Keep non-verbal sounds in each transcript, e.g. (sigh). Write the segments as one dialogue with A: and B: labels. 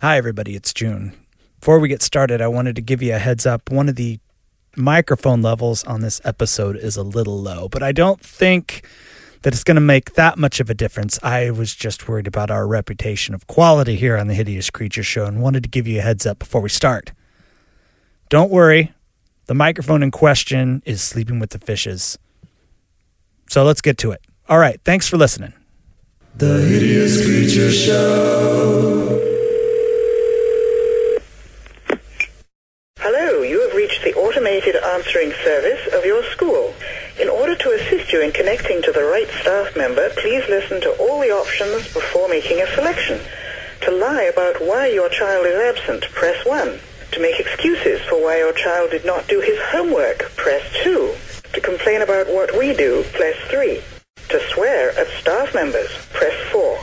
A: Hi, everybody. It's June. Before we get started, I wanted to give you a heads up. One of the microphone levels on this episode is a little low, but I don't think that it's going to make that much of a difference. I was just worried about our reputation of quality here on the Hideous Creature Show and wanted to give you a heads up before we start. Don't worry, the microphone in question is sleeping with the fishes. So let's get to it. All right, thanks for listening.
B: The Hideous Creature Show.
C: Hello, you have reached the automated answering service of your school. In order to assist you in connecting to the right staff member, please listen to all the options before making a selection. To lie about why your child is absent, press 1. To make excuses for why your child did not do his homework, press 2. To complain about what we do, press 3. To swear at staff members, press 4.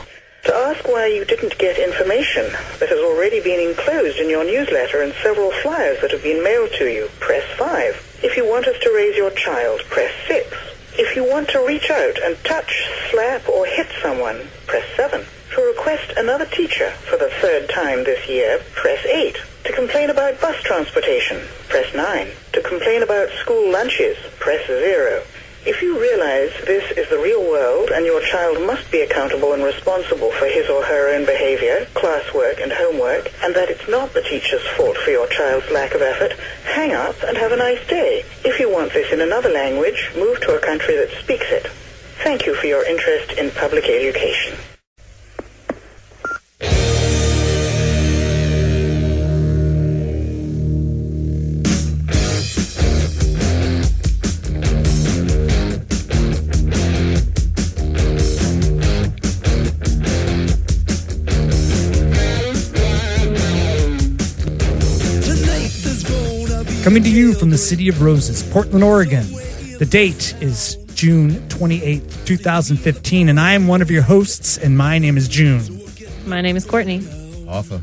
C: To ask why you didn't get information that has already been enclosed in your newsletter and several flyers that have been mailed to you, press 5. If you want us to raise your child, press 6. If you want to reach out and touch, slap, or hit someone, press 7. To request another teacher for the third time this year, press 8. To complain about bus transportation, press 9. To complain about school lunches, press 0. If you realize this is the real world and your child must be accountable and responsible for his or her own behavior, classwork and homework, and that it's not the teacher's fault for your child's lack of effort, hang up and have a nice day. If you want this in another language, move to a country that speaks it. Thank you for your interest in public education.
A: Coming to you from the City of Roses, Portland, Oregon. The date is June twenty eighth, 2015, and I am one of your hosts, and my name is June.
D: My name is Courtney.
E: Alpha.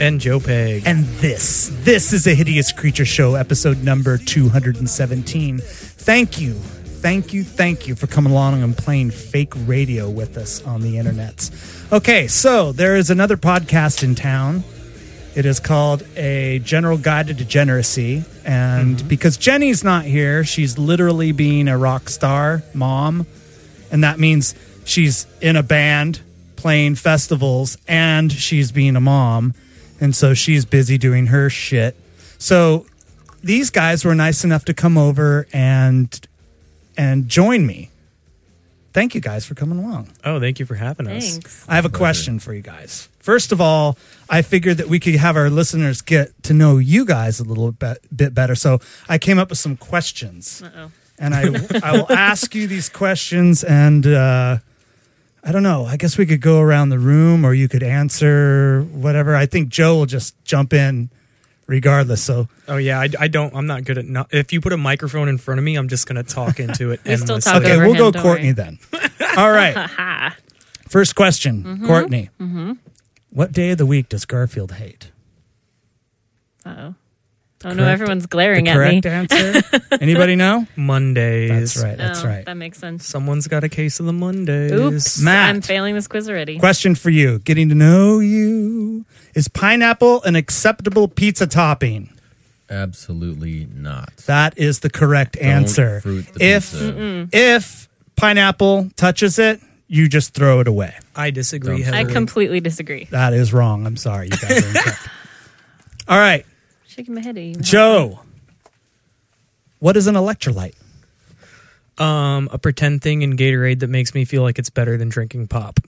F: And Joe Peg.
A: And this, this is a Hideous Creature Show, episode number 217. Thank you, thank you, thank you for coming along and playing fake radio with us on the internet. Okay, so there is another podcast in town. It is called A General Guide to Degeneracy. And because Jenny's not here, she's literally being a rock star mom. And that means she's in a band playing festivals and she's being a mom. And so she's busy doing her shit. So these guys were nice enough to come over and and join me. Thank you guys for coming along.
F: Oh, thank you for having us.
D: Thanks.
A: I have a question for you guys. First of all, I figured that we could have our listeners get to know you guys a little bit, bit better. So I came up with some questions,
D: Uh-oh.
A: and I I will ask you these questions, and uh, I don't know. I guess we could go around the room, or you could answer whatever. I think Joe will just jump in, regardless. So
F: Oh yeah, I, I don't. I'm not good at. Not, if you put a microphone in front of me, I'm just gonna talk into it.
D: (laughs) We still
F: endlessly.
D: talk
A: okay,
D: over
A: we'll
D: him,
A: go
D: don't
A: Courtney then.
D: worry.
A: All
D: (laughs)
A: right. First question,
D: Mm-hmm.
A: Courtney. What day of the week does Garfield hate?
D: Uh-oh. Oh, no,
A: Correct-
D: everyone's glaring
A: the
D: at me.
A: correct answer.
D: (laughs)
A: Anybody know?
F: Mondays.
A: That's right. That's
D: Oh,
A: right.
D: That makes sense.
F: Someone's got a case of the Mondays.
D: Oops.
A: Matt.
D: I'm failing this quiz already.
A: Question for you. Getting to know you. Is pineapple an acceptable pizza topping?
E: Absolutely not.
A: That is the correct
E: Don't
A: answer.
E: fruit the
A: If
E: pizza.
D: Hmm.
A: if pineapple touches it, you just throw it away.
F: I disagree.
E: Don't-
D: I
F: heavily.
D: completely disagree.
A: That is wrong. I'm sorry. You
D: (laughs)
A: guys are incorrect. All right,
D: Shaking my head at you.
A: Joe. What is an electrolyte?
F: um a pretend thing in Gatorade that makes me feel like it's better than drinking pop.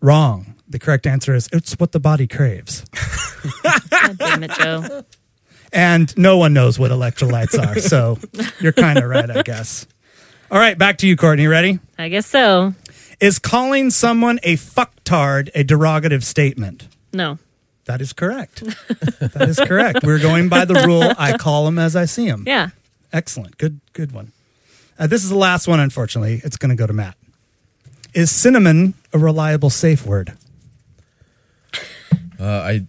A: Wrong. The correct answer is it's what the body craves.
D: God damn it, Joe.
A: and no one knows what electrolytes are. So you're kind of right, I guess. All right, back to you, Courtney. Ready?
D: I guess so.
A: Is calling someone a fucktard a derogative statement?
D: No.
A: That is correct. that is correct. We're going by the rule I call them as I see them.
D: Yeah.
A: Excellent. Good good one. Uh, this is the last one unfortunately. It's going to go to Matt. Is cinnamon a reliable safe word?
E: Uh, I,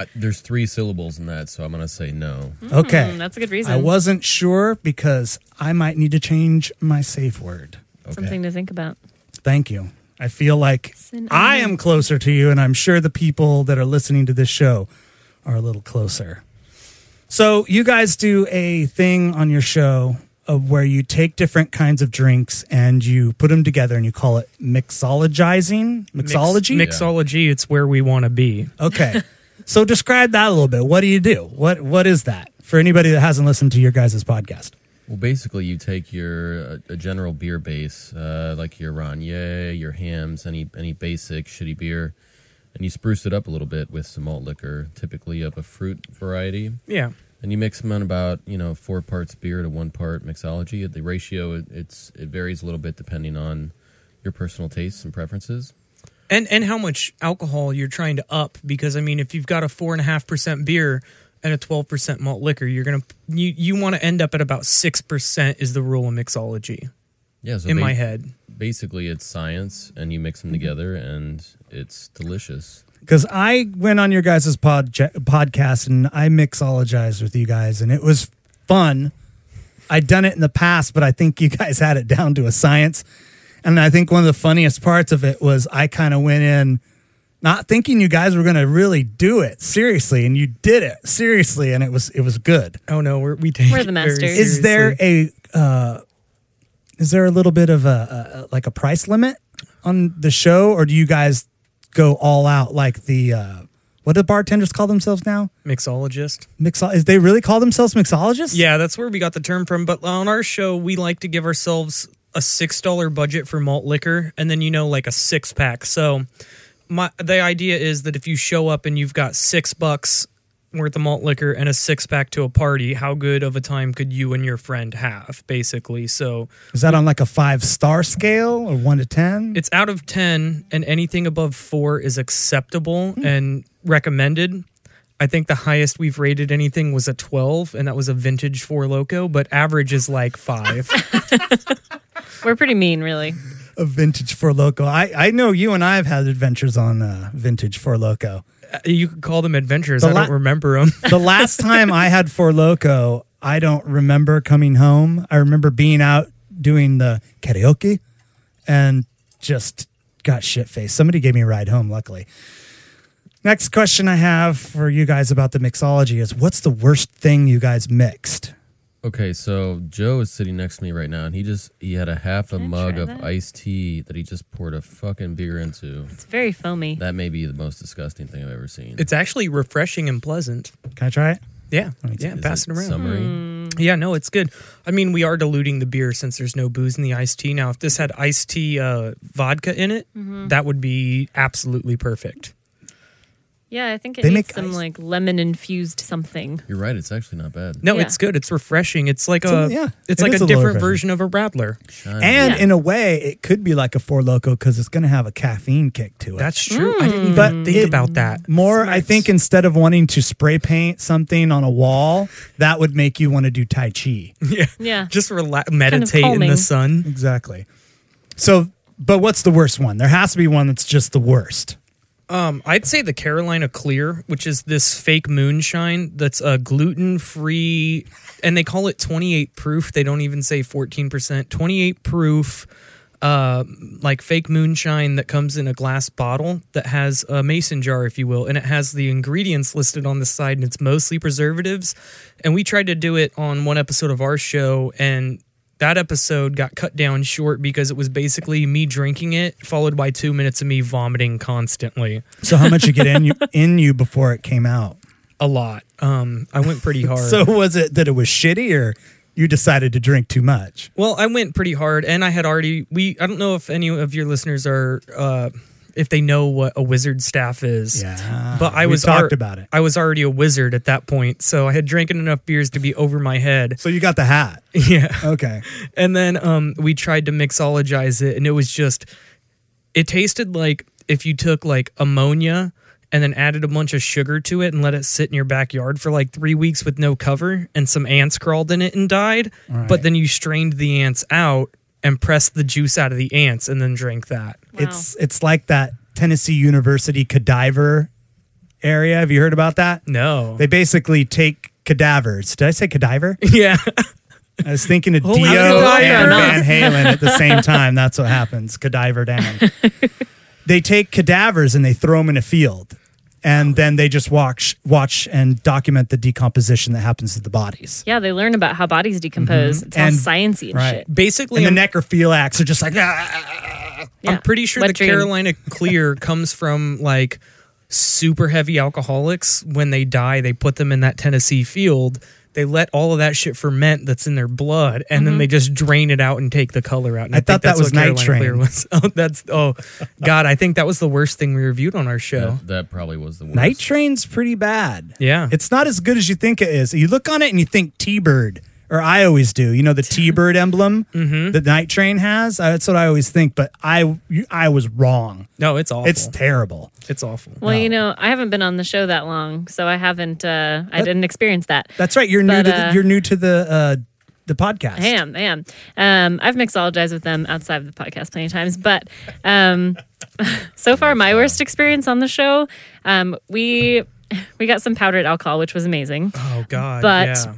E: I there's three syllables in that, so I'm gonna say no.
A: Okay.
D: Mm, that's a good reason.
A: I wasn't sure because I might need to change my safe word.
E: Okay.
D: Something to think about.
A: Thank you. I feel like
D: Sin
A: I am closer to you, and I'm sure the people that are listening to this show are a little closer. So, you guys do a thing on your show of where you take different kinds of drinks and you put them together and you call it mixologizing. Mixology?
F: Mix- mixology. It's where we want to be.
A: (laughs) Okay. so, describe that a little bit. What do you do? What What is that for anybody that hasn't listened to your guys' podcast?
E: Well, basically, you take your uh, a general beer base, uh, like your Ranier, your hams, any any basic shitty beer, and you spruce it up a little bit with some malt liquor, typically of a fruit variety,
F: Yeah.
E: and you mix them on about you know four parts beer to one part mixology. The ratio it, it's it varies a little bit depending on your personal tastes and preferences.
F: And and how much alcohol you're trying to up? Because I mean, if you've got a four and a half percent beer and a twelve percent malt liquor, you're gonna you you want to end up at about six percent is the rule in mixology
E: Yeah, so
F: in
E: ba-
F: my head. Mm-hmm.
E: basically it's science, and you mix them together, and it's delicious.
A: Because I went on your guys' pod, podcast and I mixologized with you guys, and it was fun. I'd done it in the past, but I think you guys had it down to a science. And I think one of the funniest parts of it was I kind of went in not thinking you guys were going to really do it seriously, and you did it seriously, and it was it was good.
F: Oh no, we're, we take
D: We're
F: it
D: the
F: very
D: masters.
A: Is there
F: seriously.
A: a uh, is there a little bit of a, a like a price limit on the show, or do you guys go all out like the uh, what do bartenders call themselves now?
F: mixologist?
A: Mixo- is they really call themselves mixologists?
F: Yeah, that's where we got the term from. But on our show, we like to give ourselves a six dollar budget for malt liquor, and then you know, like a six pack. So, my the idea is that if you show up and you've got six bucks worth of malt liquor and a six pack to a party, how good of a time could you and your friend have, basically? So
A: Is that on like a five star scale or one to ten?
F: it's out of ten, and anything above four is acceptable
A: Hmm.
F: and recommended. I think the highest we've rated anything was a 12, and that was a vintage Four Loco, but average is
A: (laughs)
F: like five.
D: We're pretty mean, really.
A: a vintage for loco. I, I know you and I have had adventures on uh, vintage for loco.
F: Uh, You could call them adventures.
A: The
F: I
A: la-
F: don't remember
A: (laughs)
F: them.
A: The last time I had for loco, I don't remember coming home. I remember being out doing the karaoke and just got shit faced. Somebody gave me a ride home, luckily. Next question I have for you guys about the mixology is what's the worst thing you guys mixed?
E: Okay, so Joe is sitting next to me right now, and he just he had a half a
D: Can I
E: mug
D: try
E: of
D: that?
E: iced tea that he just poured a fucking beer into.
D: It's very foamy.
E: That may be the most disgusting thing I've ever seen.
F: it's actually refreshing and pleasant.
A: Can I try it?
F: Yeah, yeah,
E: Is
F: pass it around. Mm-hmm.
E: Summery.
D: Hmm.
F: Yeah, no, it's good. I mean, we are diluting the beer since there's no booze in the iced tea. Now, if this had iced tea uh, vodka in it,
A: Mm-hmm.
F: that would be absolutely perfect.
D: Yeah, I think it
A: They
D: needs
A: make
D: some
A: ice.
D: like lemon infused something.
E: You're right. It's actually not bad.
F: No,
D: Yeah.
F: it's good. It's refreshing. It's like
A: a-
F: a,
A: yeah,
F: it's
A: it
F: like
A: is
F: a,
A: a little
F: different
A: refreshing.
F: version of a rattler.
E: Shine.
A: And
D: Uh, Yeah.
A: in a way, it could be like a four loco because it's going to have a caffeine kick to it.
F: That's true. I didn't even
A: But
F: think
A: it-
F: about that.
A: more. I
D: Smart.
A: think instead of wanting to spray paint something on a wall, that would make you want to do tai chi.
F: yeah,
D: Yeah.
F: just relax, meditate in the
D: calming.
F: sun.
A: exactly. So, but what's the worst one? There has to be one that's just the worst.
F: Um, I'd say the Carolina Clear, which is this fake moonshine that's a gluten free, and they call it 28 proof. They don't even say 14%. 28 proof, uh, like fake moonshine that comes in a glass bottle that has a mason jar, if you will, and it has the ingredients listed on the side, and it's mostly preservatives. And we tried to do it on one episode of our show, and that episode got cut down short because it was basically me drinking it followed by two minutes of me vomiting constantly
A: So, how much you get (laughs) in you in you before it came out?
F: a lot um i went
A: (laughs)
F: pretty hard
A: So, was it that it was shitty, or you decided to drink too much?
F: well i went pretty hard and i had already we i don't know if any of your listeners are uh if they know what a wizard staff is
A: Yeah,
F: but i
A: we
F: was
A: talked about it.
F: i was already a wizard at that point so i had drank enough beers to be over my head
A: So you got the hat.
F: yeah
A: Okay.
F: And then um, we tried to mixologize it, and it was just, it tasted like if you took like ammonia and then added a bunch of sugar to it and let it sit in your backyard for like three weeks with no cover, and some ants crawled in it and died. But then you strained the ants out and pressed the juice out of the ants and then drank that.
D: Wow.
A: It's it's like that Tennessee University cadaver area. Have you heard about that?
F: (laughs) No.
A: They basically take cadavers. Did I say cadaver?
F: yeah.
A: I was thinking of Dio
F: Holy
A: and
F: Cadaver.
A: Van Halen at the same time. That's what happens. Cadaver down. they take cadavers and they throw them in a field, and then they just watch, watch and document the decomposition that happens to the bodies.
D: Yeah, they learn about how bodies decompose. It's all
A: Mm-hmm. And-
D: sciencey and
A: right.
D: shit.
F: Basically,
A: And the
F: I'm,
A: necrophiliacs are just like, "Ah."
D: Yeah.
F: I'm pretty sure
D: Wet
F: the
D: dream.
F: Carolina
D: (laughs)
F: Clear comes from like super heavy alcoholics. When they die, they put them in that Tennessee field. They let all of that shit ferment that's in their blood, and
D: Mm-hmm.
F: then they just drain it out and take the color out. And
A: I
F: I,
A: thought
F: think
A: that
F: that's
A: was
F: what
A: Night
F: Carolina
A: Train.
F: Clear was. (laughs) Oh, that's oh god! I think that was the worst thing we reviewed on our show.
E: That, that probably was the worst.
A: Night Train's pretty bad.
F: Yeah.
A: It's not as good as you think it is. You look on it and you think T Bird, or I always do. You know, the T Bird emblem that Night Train has? Uh, That's what I always think, but I, you- I was wrong.
F: No, it's awful.
A: It's terrible.
F: it's awful.
D: Well, you know, I haven't been on the show that long, so I haven't. Uh, I didn't experience that.
A: That's right. You're new.
D: But,
A: to the,
D: uh,
A: you're new to the uh, the podcast.
D: I am. I am. Um, I've mixologized with them outside of the podcast plenty of times, but um, (laughs) so far my worst experience on the show, um, we we got some powdered alcohol, which was amazing,
F: Oh god.
D: But-
F: yeah.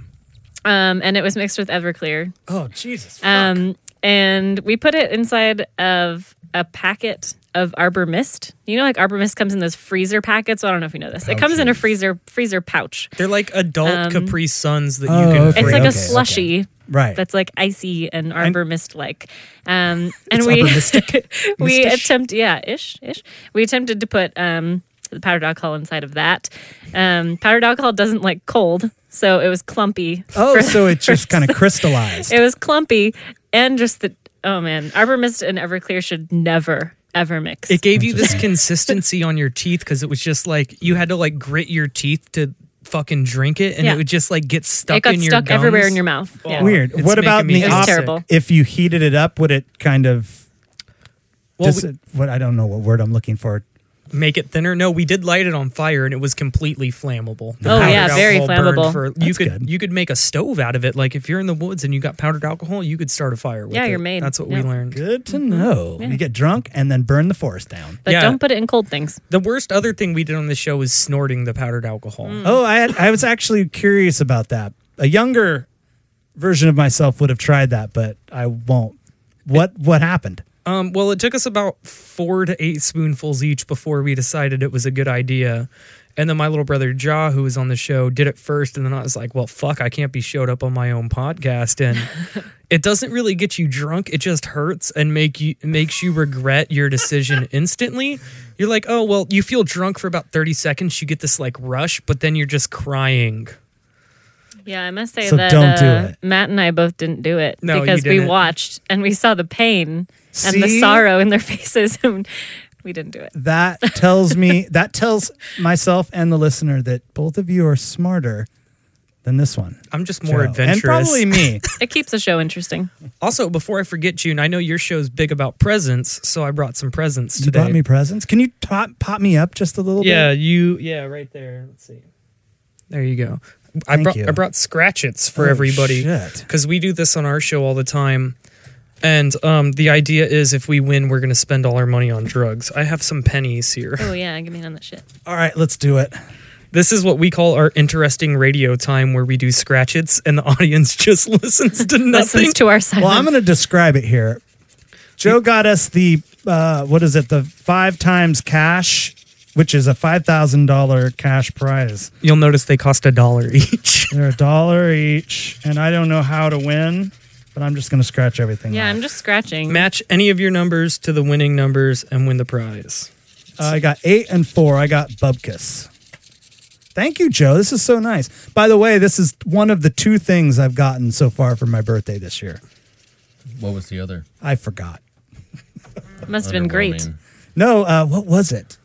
D: um, and it was mixed with Everclear,
A: Oh Jesus.
D: um, and we put it inside of a packet of arbor mist. You know, like arbor mist comes in those freezer packets. Well, I don't know if you know this. It comes in a freezer freezer pouch.
F: they're like adult
D: Um,
F: Capri Suns that
A: Oh,
F: you can.
A: okay.
D: It's like
A: okay,
D: a slushy.
A: Right.
D: That's like icy and arbor mist like.
A: (laughs)
D: Um, and
A: It's
D: we
A: arbor mystic.
D: (laughs) we
A: Mistish.
D: attempt yeah ish ish. We attempted to put um, the powdered alcohol inside of that. Um, powdered alcohol doesn't like cold, so it was clumpy.
A: oh,
D: (laughs)
A: so it just kind of crystallized.
D: It was clumpy and just the oh man, arbor mist and Everclear should never ever mix.
F: It gave you this
D: (laughs)
F: consistency on your teeth because it was just like you had to like grit your teeth to fucking drink it, and
D: Yeah.
F: it would just like get stuck.
D: It got
F: in your
D: stuck everywhere
F: gums.
D: in your mouth. Yeah.
A: Weird.
F: It's
A: what
F: making
A: about in
F: me
A: the
F: feel
A: op-
D: sick. terrible.
A: If you heated it up, would it kind of?
F: Well,
A: dis-
F: we-
A: what I don't know what word I'm looking for.
F: Make it thinner. No, we did light it on fire, and it was completely flammable. The
D: Oh,
F: powdered
D: yeah, very
F: alcohol burned
D: flammable.
F: For, you
A: That's
F: could
A: good.
F: you could make a stove out of it. Like if you're in the woods and you got powdered alcohol, you could start a fire. with
D: Yeah,
F: it.
D: you're made.
F: That's what we
D: Yeah.
F: learned.
A: Good to know. Mm-hmm. You get drunk and then burn the forest down.
D: But
F: Yeah.
D: don't put it in cold things.
F: The worst other thing we did on the show was snorting the powdered alcohol.
D: Mm. Hmm.
A: Oh, I had, I was actually curious about that. A younger version of myself would have tried that, but I won't. What what happened?
F: Um, well, it took us about four to eight spoonfuls each before we decided it was a good idea. And then my little brother Ja, who was on the show, did it first. And then I was like, well, fuck, I can't be showed up on my own podcast. And it doesn't really get you drunk. It just hurts and make you makes you regret your decision instantly. You're like, oh, well, you feel drunk for about 30 seconds. You get this like rush, but then you're just crying.
D: Yeah, I must say
A: So
D: that
A: don't do
D: uh,
A: it.
D: Matt and I both didn't do it
F: No, you
D: because
F: didn't.
D: we watched and we saw the pain and
A: See?
D: the sorrow in their (laughs) faces and we didn't do it.
A: That tells
D: (laughs)
A: me that tells myself and the listener that both of you are smarter than this one.
F: I'm just more
A: Joe.
F: adventurous.
A: And probably
F: (laughs)
A: me.
D: It keeps the show interesting.
F: Also, before I forget, June, I know your show's big about presents, so I brought some presents
A: you
F: today.
A: bought me presents. Can you top, pop me up just a little
F: yeah,
A: bit?
F: you. Yeah, right there. Let's see. There you go. I
A: Thank
F: brought
A: you.
F: I brought scratchets for
A: Oh,
F: everybody
A: shit.
F: because we do this on our show all the time. And um, the idea is, if we win, we're going to spend all our money on drugs. I have some pennies here. (laughs)
D: Oh yeah, give me none of that shit.
A: All right, let's do it.
F: This is what we call our interesting radio time, where we do scratchets, and the (laughs) audience just listens to nothing.
D: Listens to our silence.
A: Well, I'm going to describe it here. Joe got us the uh, what is it? The five times cash, which is a five thousand dollar cash prize.
F: You'll notice they cost a dollar each. (laughs)
A: They're a dollar each, and I don't know how to win, but I'm just going to scratch everything.
D: yeah,
A: off.
D: I'm just scratching.
F: Match any of your numbers to the winning numbers and win the prize.
A: Uh, I got eight and four. I got Bubkus. Thank you, Joe. This is so nice. By the way, this is one of the two things I've gotten so far for my birthday this year.
E: What was the other?
A: I forgot.
D: Must have been great.
E: Underwhelming.
A: No, uh, what was it?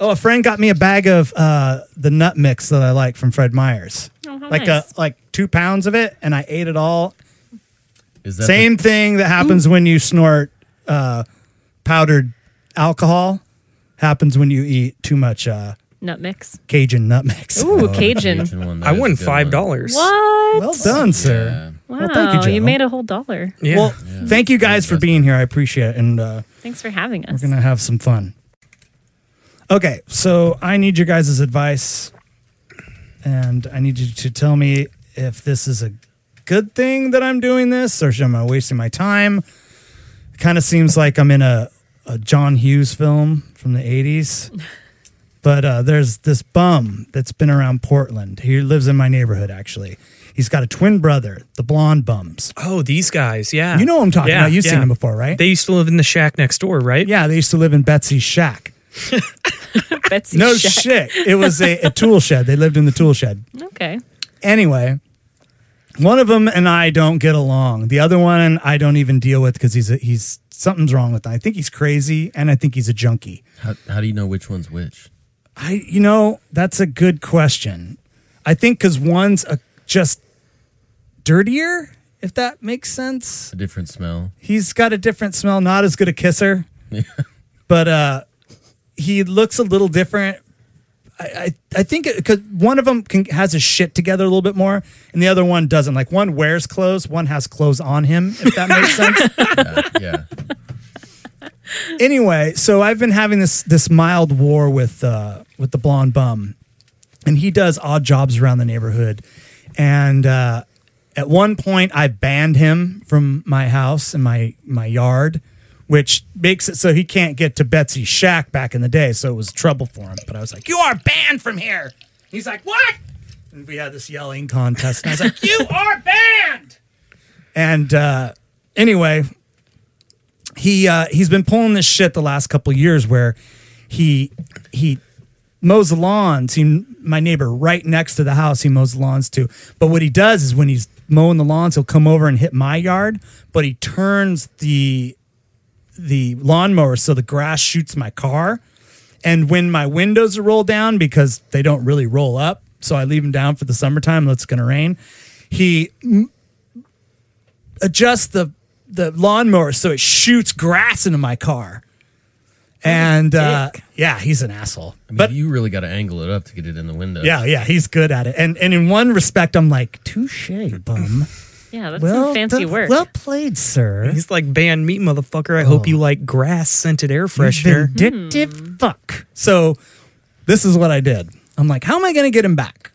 A: Oh, a friend got me a bag of uh, the nut mix that I like from Fred Meyer's.
D: Oh, how
A: like
D: nice.
A: a, like two pounds of it, and I ate it all.
E: Is that
A: Same thing that happens when you snort uh, powdered alcohol happens when you eat too much uh,
D: Nut mix.
A: Cajun nut mix. (laughs)
D: Ooh,
E: the
D: Cajun.
E: Cajun one? That
F: I
E: is a
F: won
E: good
F: five
E: one.
F: dollars.
D: What?
A: Well done, sir.
E: Yeah.
D: wow,
A: thank you, Joe.
D: made a whole dollar.
F: Yeah.
A: Well, thank you guys for being here. I appreciate it, and uh,
D: Thanks for having us.
A: we're gonna have some fun. Okay, so I need your guys' advice, and I need you to tell me if this is a good thing that I'm doing this, or am I wasting my time? It kind of seems like I'm in a, a John Hughes film from the 80s. But uh, there's this bum that's been around Portland. He lives in my neighborhood, actually. He's got a twin brother, the blonde bums.
F: Oh, these guys. Yeah.
A: You know what I'm talking
F: Yeah,
A: about. You've
F: yeah.
A: seen them before, right?
F: They used to live in the shack next door, right?
A: yeah, they used to live in Betsy's shack.
D: (laughs) Betsy
A: No
D: Shack.
A: shit. It was a, a tool shed. They lived in the tool shed.
D: Okay.
A: anyway, one of them and I don't get along. The other one I don't even deal with because he's a, he's something's wrong with him. I think he's crazy and I think he's a junkie.
E: How, how do you know which one's which?
A: I you know that's a good question. I think because one's a, just dirtier, if that makes sense.
E: A different smell.
A: He's got a different smell, not as good a kisser, (laughs) but uh, he looks a little different. I, I, I think because one of them can, has his shit together a little bit more, and the other one doesn't. Like one wears clothes, one has clothes on him. If that makes sense.
D: (laughs)
E: Yeah, yeah.
A: anyway, so I've been having this this mild war with uh, with the blonde bum, and he does odd jobs around the neighborhood. And uh, at one point, I banned him from my house and my my yard, which makes it so he can't get to Betsy's shack back in the day. So it was trouble for him. But I was like, "You are banned from here." He's like, "What?" And we had this yelling contest, and I was like, "You are banned." And uh, anyway, he uh, he's been pulling this shit the last couple of years where he he mows the lawns. He my neighbor right next to the house he mows the lawns to. But what he does is when he's mowing the lawns, he'll come over and hit my yard, but he turns the the lawnmower so the grass shoots my car. And when my windows are rolled down because they don't really roll up, so I leave them down for the summertime. It's gonna rain. He adjust the the lawnmower so it shoots grass into my car. And uh, yeah, he's an asshole.
E: I mean,
A: But
E: you really got to angle it up to get it in the window.
A: yeah, yeah, he's good at it. And and in one respect, I'm like touche, bum.
D: Yeah, that's
A: well,
D: some fancy
A: done-
D: work.
A: Well played, sir.
F: He's like, ban me, motherfucker. I
A: Oh.
F: hope you like grass scented air freshener.
A: (laughs) Vindictive fuck. So this is what I did. I'm like, how am I going to get him back?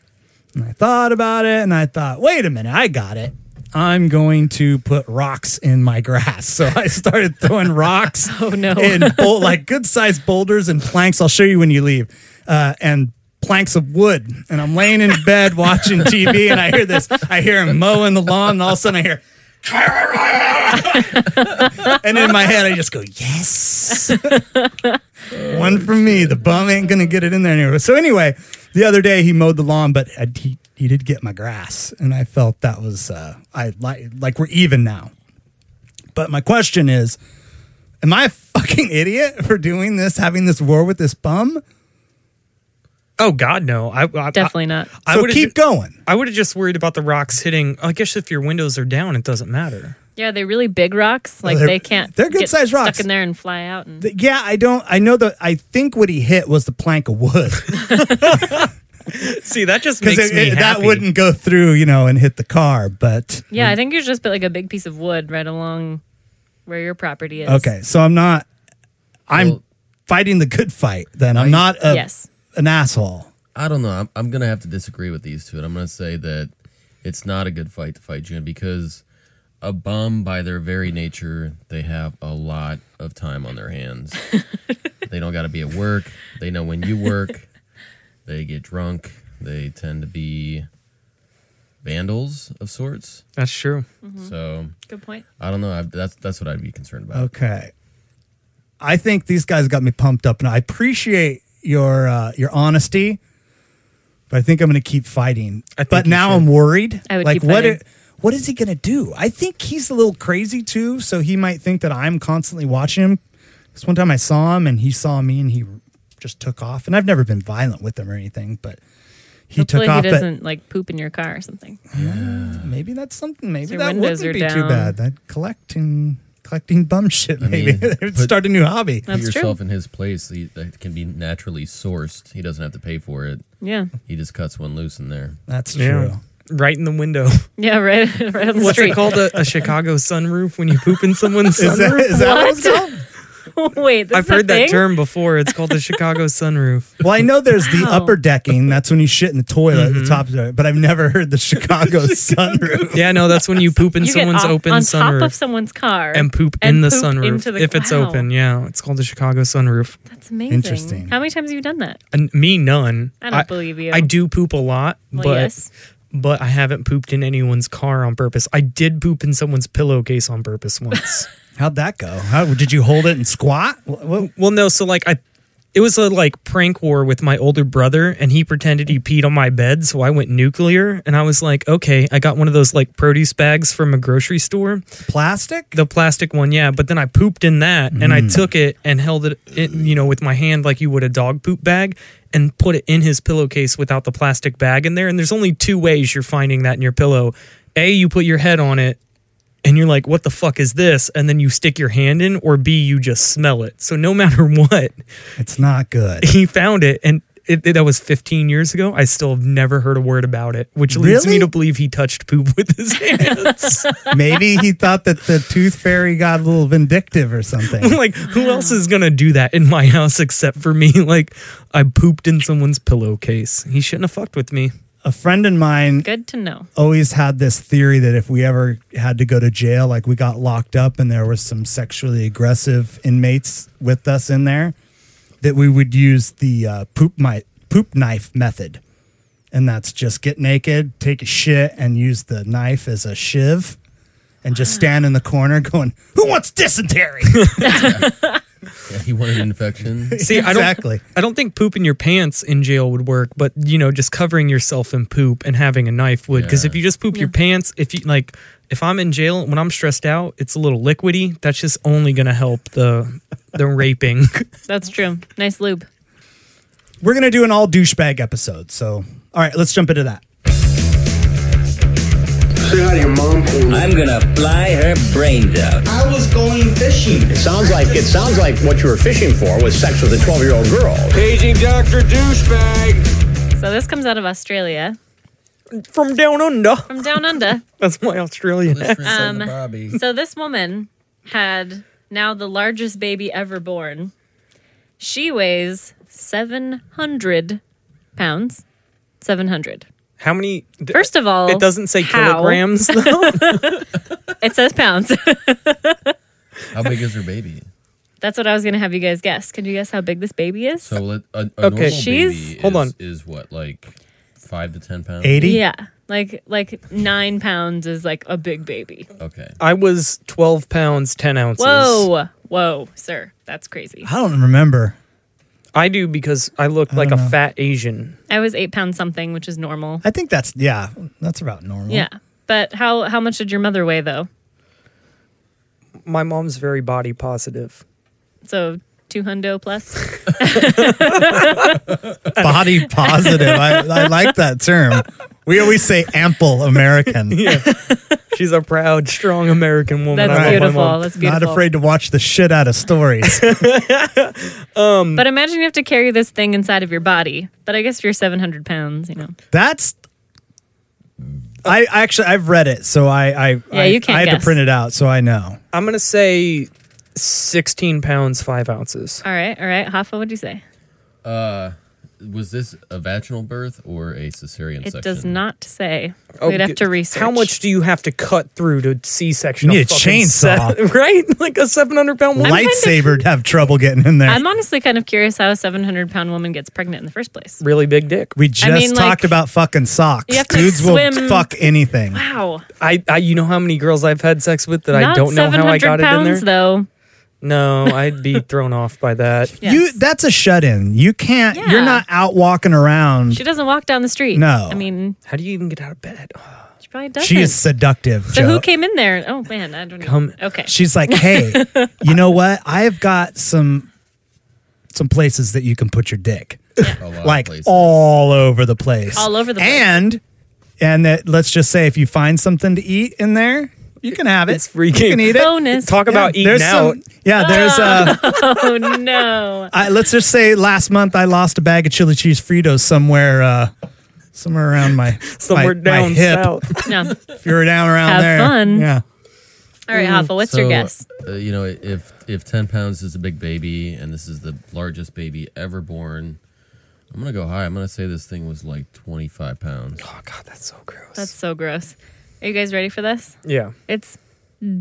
A: And I thought about it and I thought, wait a minute, I got it. I'm going to put rocks in my grass. (laughs) So I started throwing rocks.
D: Oh, no.
A: And bol- like good sized boulders and planks. I'll show you when you leave. Uh, and planks of wood. And I'm laying in bed watching TV and I hear this. I hear him mowing the lawn and all of a sudden I hear. (laughs) and in my head, I just go, yes. One from me. The bum ain't gonna get it in there anyway. So anyway, the other day he mowed the lawn, but I, he he did get my grass, and I felt that was uh, I like like we're even now. But my question is, am I a fucking idiot for doing this, having this war with this bum?
F: Oh, God, no. I, I
D: Definitely not.
F: I,
A: So
F: would
A: keep going.
F: I would have just worried about the rocks hitting. I guess if your windows are down, it
A: (laughs)
F: doesn't matter.
D: Yeah, they really big rocks. Like
A: they're-
D: they can't.
A: they're
D: get
A: good-sized rocks.
D: Stuck in there and fly out. And
A: Th- Yeah, I don't. I know that. I think what he hit was the plank of (laughs) wood
F: See, that just
A: because
F: makes me
A: that
F: happy.
A: wouldn't go through, you know, and hit the car. But
D: yeah, I think you should just put like a big piece of wood right along where your property is.
A: Okay, so I'm not. I'm
E: Well-
A: fighting the good fight. Then I'm not
F: Uh,
A: a,
D: Yes.
A: an asshole.
E: I don't know. I'm, I'm going to have to disagree with these two. And I'm going to say that it's not a good fight to fight June because a bum, by their very nature, they have a lot of time on
A: (laughs)
E: their hands. they don't got to be at work. They know when you work. they get drunk. They tend to be vandals of sorts.
F: That's true.
E: So
D: Good point.
E: I don't know. I, that's that's what I'd be concerned about.
A: Mm-hmm. Okay, I think these guys got me pumped up, and I appreciate your uh, your honesty. But I think I'm going to keep fighting.
F: I think
A: But
F: you
A: now
F: should.
A: I'm worried.
D: I would
A: like
D: keep
A: what?
D: fighting.
A: i- what is he going to do? I think he's a little crazy too, so he might think that I'm constantly watching him. Because one time I saw him and he saw me and he just took off. And I've never been violent with him or anything, but he
D: Hopefully
A: took off.
D: he
A: but-
D: doesn't like poop in your car or something.
A: Maybe that's something. Maybe
D: Your
A: that
D: windows
A: wouldn't
D: are
A: be too
D: down.
A: bad. That collecting collecting bum shit. Maybe (laughs)
E: mean,
A: They'd
E: but-
A: start a new hobby.
E: Put
D: That's true.
E: yourself in his place. He, that can be naturally sourced. He doesn't have to pay for it.
D: Yeah.
E: He just cuts one loose in there.
A: That's
F: Yeah.
A: true.
F: Right in the window. (laughs)
D: Yeah. Right. (laughs) right on the
F: What's
D: street.
F: it called? A, a Chicago sunroof when you poop in
A: (laughs)
F: someone's
A: Is that,
F: sunroof?
A: is that what it's called?
D: (laughs) Wait, this
F: I've
D: is a
F: heard that
D: thing?
F: term before. It's called the Chicago sunroof.
A: Well, I know there's the
D: Wow.
A: upper decking. That's when you shit in the toilet,
D: Mm-hmm.
A: the top toilet. But I've never heard (laughs) the Chicago sunroof.
F: Yeah, no, that's when you poop in
D: You get
F: someone's
D: off-
F: open
D: on
F: sunroof
D: top of someone's car
F: and poop
D: and
F: in the
D: poop
F: sunroof
D: into the-
F: if it's
D: wow.
F: open. Yeah, it's called the Chicago sunroof.
D: That's amazing.
A: Interesting.
D: How many times have you done that?
F: And me, none.
D: I don't believe you.
F: I do poop a lot,
D: Well,
F: but
D: yes.
F: but I haven't pooped in anyone's car on purpose. I did poop in someone's pillowcase on
D: (laughs)
F: purpose once.
A: How'd that go? How did you hold it and squat? What, what-
F: well, no, so like I it was a like prank war with my older brother and he pretended he peed on my bed, so I went nuclear and I was like, "Okay, I got one of those like produce bags from a grocery store."
A: plastic?
F: the plastic one, yeah. But then I pooped in that, and I took it and held it, it, you know, with my hand like you would a dog poop bag, and put it in his pillowcase without the plastic bag in there. And there's only two ways you're finding that in your pillow: a, you put your head on it, and you're like, "What the fuck is this?" And then you stick your hand in, or b, you just smell it. So no (laughs) matter what,
A: It's not good.
F: he found it, and. It, it- that was 15 years ago. I still have never heard a word about it, which leads
A: Really?
F: me to believe he touched poop with his (laughs) hands.
A: Maybe he thought that the tooth fairy got a little vindictive or something.
D: (laughs)
F: (laughs) like who else is gonna do that in my house except for me (laughs) like i pooped in someone's pillowcase he shouldn't have fucked with me
A: A friend of mine
D: Good to know.
A: always had this theory that if we ever had to go to jail, like we got locked up and there were some sexually aggressive inmates with us in there, that we would use the uh, poop my, poop knife method, and that's just get naked, take a shit, and use the knife as a shiv, and just stand in the corner going, "Who wants dysentery?"
E: Yeah, he wanted an infection.
F: see i
A: Exactly.
F: don't i don't think pooping your pants in jail would work but you know just covering yourself in poop and having a knife would because if
E: Yeah.
F: you just poop your pants if you like if i'm in jail when i'm stressed out it's a little liquidy that's just only gonna help the the raping (laughs)
D: That's true. Nice lube.
A: we're gonna do an all douchebag episode, so all right, let's jump into that.
G: Say hi to your mom for me.
H: I'm gonna fly her brains out.
I: I was going fishing.
J: It sounds like it sounds like what you were fishing for was sex with a 12-year-old girl.
I: Paging Dr. Douchebag.
D: So this comes out of Australia
F: from down under
D: from down under.
F: that's my australian accent.
E: um, Bobby.
D: So this woman had now the largest baby ever born. She weighs 700 pounds. 700.
F: how many th-
D: First of all,
F: it doesn't say
D: how-
F: kilograms though
D: (laughs) It says pounds. (laughs)
E: How big is her baby?
D: That's what I was going to have you guys guess. Can you guess how big this baby is?
E: So let- a, a
F: Okay.
E: normal
D: Uh, She's-
E: baby
F: Hold
E: is,
F: on.
E: is what like five to ten pounds.
A: Eighty.
D: yeah. Like like 9 pounds is like a big baby.
E: Okay,
F: I was 12 pounds, 10 ounces.
D: Whoa. Whoa, sir. That's crazy.
A: I don't remember.
F: I do because I look like a
A: Uh.
F: fat Asian.
D: I was 8 pounds something, which is normal.
A: I think that's yeah, that's about normal.
D: Yeah. But how how much did your mother weigh though?
F: My mom's very body positive.
D: So 2 hundo plus?
A: (laughs) body positive. I, I like that term. We always say ample American.
F: She's a proud, strong American woman. I love
D: That's
F: my
D: beautiful.
F: mom.
D: That's beautiful.
A: Not afraid to watch the shit out of stories.
D: But imagine you have to carry this thing inside of your body. But I guess if you're 700 pounds, you know.
A: That's. I actually I've read it, so I I
D: Yeah,
A: I,
D: you can't
A: I had to
D: guess.
A: print it out, so I know.
F: I'm going to say 16 pounds, 5 ounces.
D: All right, all right. Hoffa, what'd you say?
E: was this a vaginal birth or a cesarean
D: It
E: section?
D: does not say.
F: Oh,
D: We'd have
F: good.
D: to research.
F: How much do you have to cut through to C-section?
A: You
F: a
A: need a
F: fucking
A: chainsaw.
F: se- (laughs) right? Like a 700-pound woman?
A: Lightsaber'd have trouble getting in there.
D: I'm honestly kind of curious how a 700 pound woman gets pregnant in the first place.
F: Really big dick.
A: we just
D: mean, like,
A: talked about fucking socks.
D: you have to
A: Dudes will
D: swim-
A: fuck anything.
D: Wow.
F: I, I, you know how many girls I've had sex with that I
D: Not
F: don't know how I
D: 700
F: got it in there.
D: pounds, though.
F: No,
D: (laughs)
F: I'd be thrown off by that.
D: Yes.
A: You that's a shut in. You can't. You're
D: Yeah.
A: not out walking around.
D: she doesn't walk down the street.
A: No.
D: I mean,
F: How do you even get out of bed?
D: she probably doesn't.
A: she is seductive.
D: so
A: Joe.
D: who came in there? Oh, man. I don't know.
F: Come-
D: Okay.
A: She's like, "Hey, you know what? I've got some some places that you can put your dick,
F: (laughs)
E: A lot of
A: like
E: places.
A: all over the place,
D: All over the place.
A: and and that let's just say if you find something to eat in there, you can have it.
F: It's free
A: You can
F: game.
A: eat it.
D: Bonus.
F: Talk about eating
A: There's
F: out.
A: some, yeah. There's
D: (laughs)
A: uh,
D: oh, no.
A: I, let's just say last month I lost a bag of chili cheese Fritos somewhere, uh, somewhere around my
F: (laughs) somewhere
A: my,
F: down
A: my hip.
F: south.
D: No.
A: If you were down around
D: Have
A: there,
D: fun.
A: yeah.
D: All right,
F: Mm,
D: Hoffa, what's your
E: So,
D: guess?
E: Uh, you know, if if ten pounds is a big baby, and this is the largest baby ever born, I'm gonna go high. I'm gonna say this thing was like 25 pounds. Oh
F: God, that's so gross.
D: That's so gross. Are you guys ready for this?
F: Yeah.
D: It's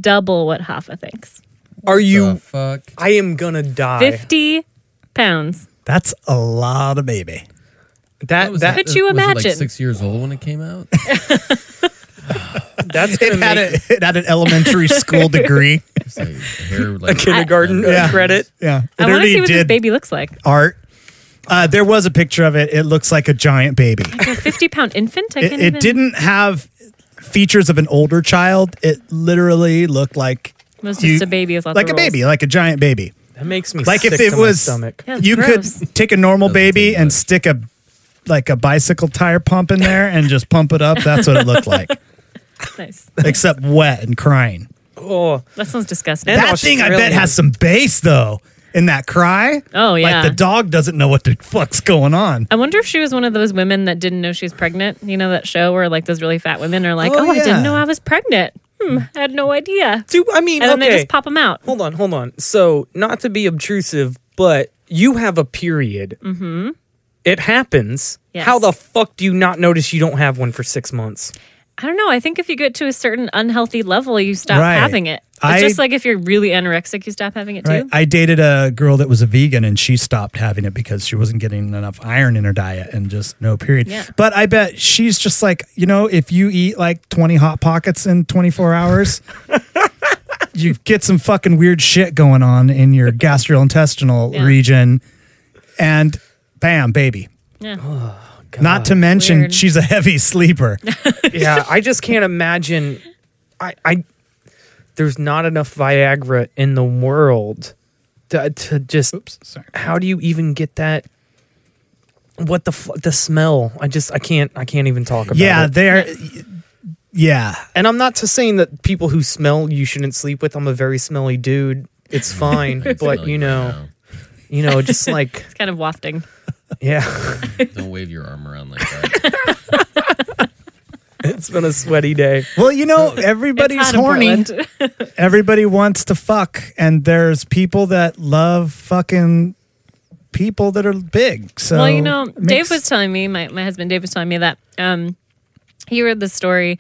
D: double what Hoffa thinks.
F: Are you? I am gonna die.
D: 50 pounds.
A: That's a lot of baby.
F: That
D: that- Could you
E: was it, like,
D: imagine?
E: six years old when it came out.
F: That's
A: it had a, it (laughs) had an elementary school
D: (laughs)
A: degree,
E: Hair, (laughs) like,
F: kindergarten
A: Yeah.
F: credit.
A: Yeah,
D: I
A: It
D: want to
A: already
D: see what this
A: did
D: baby looks like.
A: art. Uh, there was a picture of it. It looks like a giant baby.
D: Like a 50 pound infant? I
A: It,
D: can't
A: it
D: even-
A: didn't have features of an older child. It literally looked like
D: It was just
A: you-
D: a baby with lots
A: like
D: of
A: a
D: rolls.
A: baby, like a giant baby.
F: That makes me
A: like
F: sick
A: if it
F: to my
A: was
F: stomach.
D: Yeah, it's
A: you
D: gross.
A: could take a normal baby and stick a like a bicycle tire pump in there and just pump it up. That's what it looked
D: (laughs)
A: like,
D: Nice.
A: except wet and crying.
F: (laughs) Oh,
D: That sounds disgusting.
A: that thing I bet has some bass though in that cry.
D: Oh, yeah. Uh,
A: like the dog doesn't know what the fuck's going on.
D: I wonder if she was one of those women that didn't know she was pregnant. You know that show where like those really fat women are like, "Oh,
A: Oh,
D: I
A: yeah.
D: didn't know I was pregnant. Hmm, I had no idea."
F: Do I mean?
D: And then
F: okay.
D: they just pop them out.
F: hold on, hold on. So, not to be obtrusive, but you have a period. Mm-hmm. It happens.
D: Yes.
F: How the fuck do you not notice you don't have one for six (laughs) months?
D: I don't know. I think if you get to a certain unhealthy level, you stop
A: Right.
D: having it. It's
A: I-
D: just like if you're really anorexic, you stop having it too.
A: Right. I dated a girl that was a vegan and she stopped having it because she wasn't getting enough iron in her diet and just no period.
D: Yeah.
A: But I bet she's just like, you know, if you eat like 20 Hot Pockets in 24 hours, (laughs) you get some fucking weird shit going on in your gastrointestinal
D: Yeah.
A: region and bam, baby. Oh,
D: yeah.
A: Not to mention,
D: Weird.
A: she's a heavy
D: (laughs)
A: sleeper.
F: yeah, I just can't imagine. I, I there's not enough Viagra in the world to, to just.
A: sorry.
F: How do you even get that? What the fu- the smell? I just I can't I can't even talk about
A: yeah,
F: it.
A: they're, yeah.
F: And I'm not to saying that people who smell you shouldn't sleep with. I'm a very smelly dude. It's fine, but you know, you know, just like (laughs)
D: It's kind of wafting.
F: yeah, (laughs)
E: don't wave your arm around like
D: (laughs)
E: that.
F: it's been a sweaty day.
A: Well, you know,
D: (laughs) It's
A: everybody's
D: hot in
A: horny.
D: Portland. (laughs)
A: everybody wants to fuck and there's people that love fucking people that are big so
D: well, you know,
A: it
D: Dave
A: makes-
D: was telling me, my, my husband Dave was telling me that um, he read the story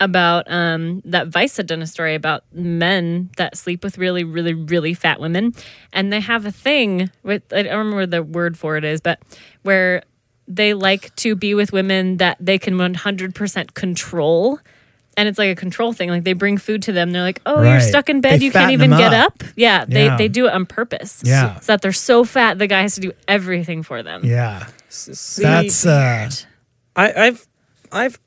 D: about um, that Vice had done a story about men that sleep with really, really, really fat women. And they have a thing with, I don't remember the word for it is, but where they like to be with women that they can 100% control. And it's like a control thing. Like they bring food to them. They're like, oh, you're
A: Right.
D: stuck in bed.
A: They
D: you can't
A: fatten
D: even
A: them
D: get
A: up.
D: up. Yeah, they,
A: Yeah.
D: they do it on purpose.
A: Yeah.
D: So, that they're so fat, the guy has to do everything for them.
A: yeah
F: See,
A: that's uh
F: I, I've I've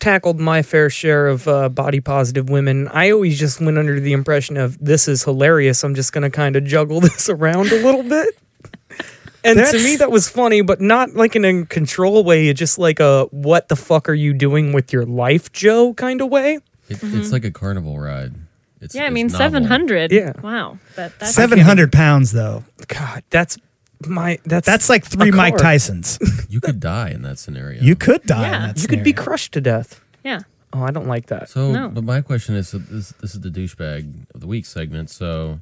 F: tackled my fair share of uh, body positive women. I always just went under the impression of this is hilarious. I'm just going to kind of juggle (laughs) this around a little bit. And to
A: That's-
F: me, that was funny, but not like in a control way. Just like a "What the fuck are you doing with your life, Joe?" kind of way.
E: It, It's like a carnival ride. It's,
D: Mm-hmm. Yeah, I
E: it's
D: mean,
E: novel.
D: seven hundred.
F: Yeah.
D: Wow. But that's
A: 700 pounds though
F: God, that's my that's
A: that's like three
F: a
A: mike
F: car.
A: tysons
E: You could die in that scenario.
A: you could die
D: Yeah.
A: in that
F: You could be
A: scenario.
F: crushed to death.
D: Yeah.
F: Oh, I don't like that.
E: So,
D: No.
E: but my question is: so this, this is the douchebag of the week segment. So,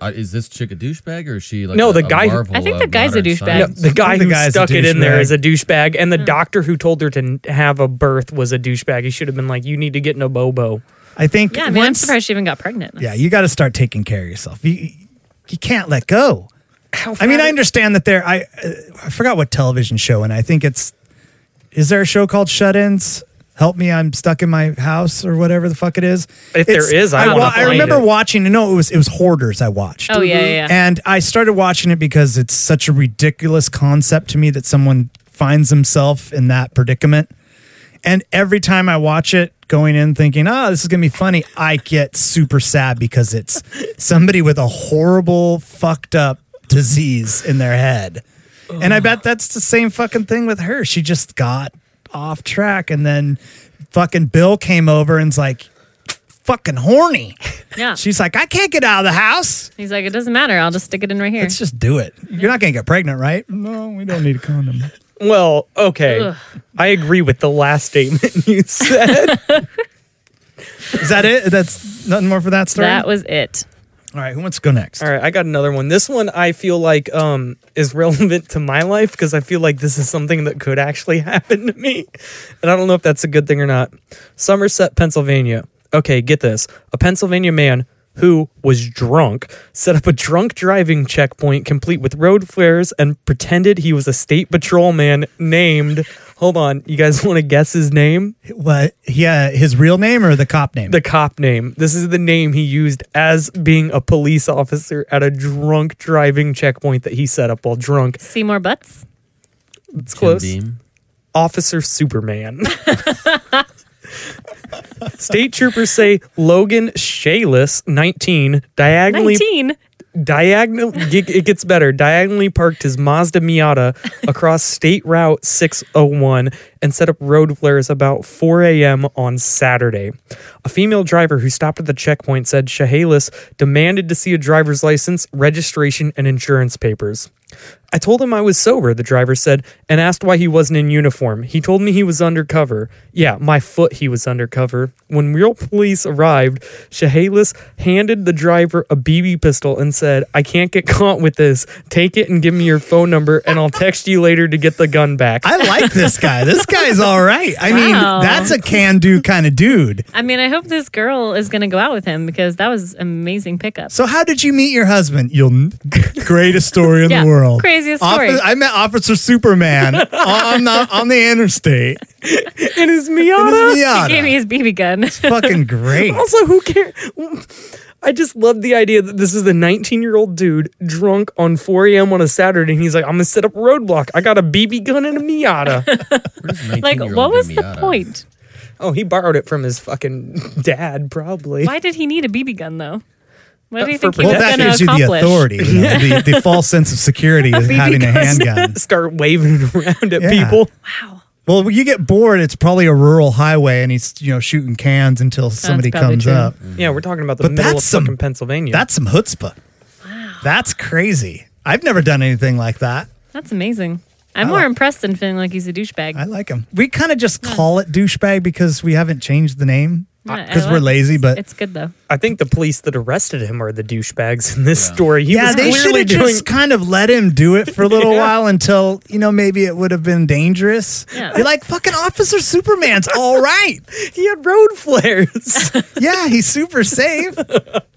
E: uh, is this chick a douchebag or is she like
F: No,
E: a-
F: the
E: a
F: guy who-
E: marvel
D: I think
E: of
D: the guy's a
E: modern
D: douchebag. Hmm.
F: No,
E: science?
F: the guy
A: The
F: who
A: guy's a
F: stuck it in there
A: douchebag.
F: is a douchebag, and the doctor who told her to n- have a birth was a douchebag. He should have been like, "You need to get in a bobo."
A: i think
D: Yeah, I mean, I'm
A: once,
D: surprised she even got pregnant.
A: yeah you got to start taking care of yourself you, you can't let go
F: How
A: i mean
F: fat-
A: i understand that there i uh, i forgot what television show and i think it's is there a show called shut-ins help me i'm stuck in my house or whatever the fuck it is
F: If there is, I wanna
A: wa-
F: find
A: remember
F: it.
A: watching no it was it was hoarders i watched
D: Oh, yeah, yeah, yeah.
A: and i started watching it because it's such a ridiculous concept to me that someone finds himself in that predicament and every time i watch it going in thinking oh this is gonna be funny i get super sad because
D: (laughs)
A: it's somebody with a horrible fucked up disease in their head and I bet that's the same fucking thing with her. She just got off track and then fucking Bill came over and's like fucking horny.
D: Yeah.
A: She's like, I can't get out of the house.
D: He's like, it doesn't matter. I'll just stick it in right here.
A: Let's just do it. You're not gonna get pregnant, right? No, we don't need a condom.
F: Well, okay,
D: Ugh.
F: I agree with the last statement you said.
A: Is that it? That's nothing more for that story.
D: That was it.
A: All right, who wants to go next?
F: All right, I got another one. This one I feel like um, is (laughs) relevant to my life because I feel like this is something that could actually (laughs) happen to me. And I don't know if that's a good thing or not. Somerset, Pennsylvania. Okay, get this. A Pennsylvania man who was drunk set up a drunk driving checkpoint complete with road flares and pretended he was a state patrolman named. Hold on, you guys want to guess his name?
A: What? Yeah, his real name or the cop name?
F: The cop name. This is the name he used as being a police officer at a drunk driving checkpoint that he set up while drunk.
D: Seymour Butts.
F: It's close. Officer Superman. (laughs) State troopers say Logan Shayless, 19, diagonally.
D: 19?
F: Diagonal, it gets better. Diagonally parked his Mazda Miata across State Route 601 and set up road flares about 4 a.m. on Saturday. A female driver who stopped at the checkpoint said Shahalis demanded to see a driver's license, registration, and insurance papers. I told him I was sober, the driver said, and asked why he wasn't in uniform. He told me he was undercover. Yeah, my foot he was undercover. When real police arrived, Shahalis handed the driver a BB pistol and said, I can't get caught with this. Take it and give me your phone number, and I'll text you later to get the gun back.
A: I like this guy. This guy's all right. I mean,
D: Wow.
A: that's a can do kind of dude.
D: I mean, I hope this girl is going to go out with him because that was amazing pickup.
A: So, how did you meet your husband? You'll greatest story in
D: Yeah,
A: the world.
D: craziest story.
A: Offi- I met Officer Superman on the on the
D: (laughs)
A: interstate.
F: And his
A: It
F: Miata.
A: is Miata.
D: He gave me his BB gun. (laughs)
A: Fucking great.
F: Also, who cares? I just love the idea that this is the 19 year old dude drunk on 4 a.m. on a Saturday, and he's like, I'm gonna set up a roadblock. I got a BB gun and a Miata.
D: like, what was the point?
F: oh, he borrowed it from his fucking (laughs) dad, probably.
D: Why did he need a BB gun though? What
F: Uh,
D: do you
F: for
D: think he
A: well,
D: was
A: that
D: going
A: gives
D: to
A: you the
D: accomplish?
A: authority, you know, the,
D: (laughs)
A: the false sense of security of having a handgun.
F: Start waving it around at
A: Yeah.
F: people.
A: Well, when you get bored, it's probably a rural highway, and he's you know shooting cans until somebody
D: probably
A: comes
D: true.
A: up.
F: Yeah, we're talking about the
A: Mm. But
F: middle of
A: that's some-
F: fucking Pennsylvania.
A: That's some chutzpah. That's crazy. I've never done anything like that.
D: That's amazing. I'm more impressed than feeling like he's a douchebag.
A: I like him. We kind of just call it douchebag because we haven't changed the name
D: Yeah, I
A: because
D: like-
A: we're lazy. But
D: it's good though.
F: I think the police that arrested him are the douchebags in this story. He
A: yeah,
F: was
A: they should
F: clearly
A: have
F: doing.
A: just kind of let him do it for a
D: (laughs)
A: little while until you know maybe it would have been dangerous.
D: Yeah.
A: You're like fucking Officer Superman's all right.
F: (laughs) He had road
D: (laughs)
F: flares.
D: Oh,
A: Yeah, he's super safe.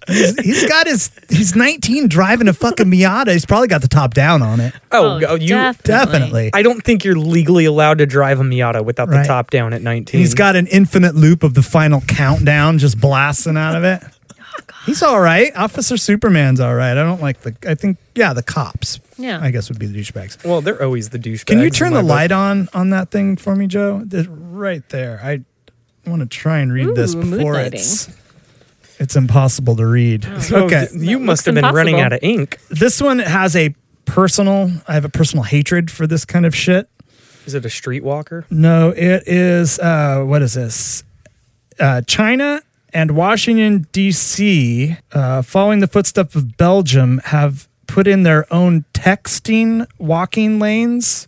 A: He's, he's got his. He's 19, driving a fucking Miata. He's probably got the top down on it.
F: oh, go- you.
A: Definitely.
F: I don't think you're legally allowed to drive a Miata without
A: Right.
F: the top down at 19.
A: He's got an infinite loop of the final countdown just blasting out of it.
D: Oh,
A: He's all right. Officer Superman's all right. I don't like the. I think yeah, the cops.
D: Yeah.
A: I guess would be the douchebags.
F: Well, they're always the douchebags.
A: Can you turn
F: in my
A: the
F: book.
A: light on on that thing for me, Joe? There's- right there. I want to try and read this
D: Ooh, mood
A: before
D: lighting.
A: it's it's impossible to read.
F: (laughs) Oh,
A: Okay,
F: th- you must
D: looks
F: have been running out
D: impossible.
F: of ink.
A: this one has a personal. I have a personal hatred for this kind of shit.
F: Is it a streetwalker?
A: No, it is uh, what is this? Uh, China and Washington D.C. Uh, following the footsteps of Belgium, have put in their own texting walking lanes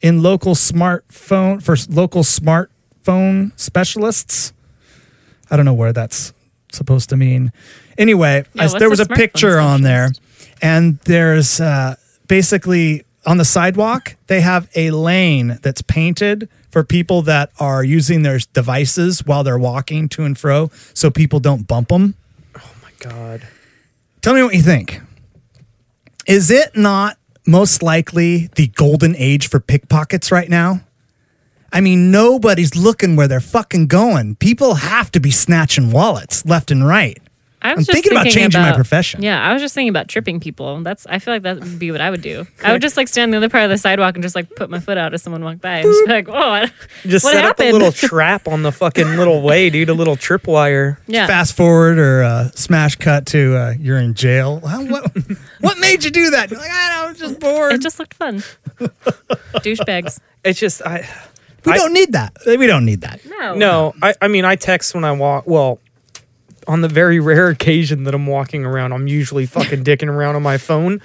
A: in local smartphone for s- local smartphone specialists. I don't know where that's supposed to mean. Anyway,
D: Yeah,
A: I-
D: what's
A: there was
D: a
A: a
D: smartphone
A: picture on there,
D: specialist?
A: and there's uh, basically on the sidewalk they have a lane that's painted for people that are using their devices while they're walking to and fro, so people don't bump them.
F: My God.
A: Tell me what you think. Is it not most likely the golden age for pickpockets right now? I mean, nobody's looking where they're fucking going. People have to be snatching wallets left and right.
D: I was
A: I'm
D: just
A: thinking about changing my profession.
D: Yeah, I was just thinking about tripping people. That's I feel like that would be what I would do. I would just like stand on the other part of the sidewalk and just like put my foot out as someone walked by and just be like, oh,
F: Just
D: what
F: set
D: happened?
F: up a little trap on the fucking little way, dude. A little tripwire.
D: (laughs) yeah.
A: Fast forward or uh, smash cut to uh, you're in jail. Huh? What, (laughs) what made you do that? You're like, I was just bored.
D: It just
A: (laughs)
D: looked fun. Douchebags.
F: It's just I.
A: we
F: I-
A: don't need that. We don't need that.
D: No.
F: No, I. I mean, I text when I walk. Well, on the very (laughs) rare occasion that I'm walking around, I'm usually fucking dicking around on my phone.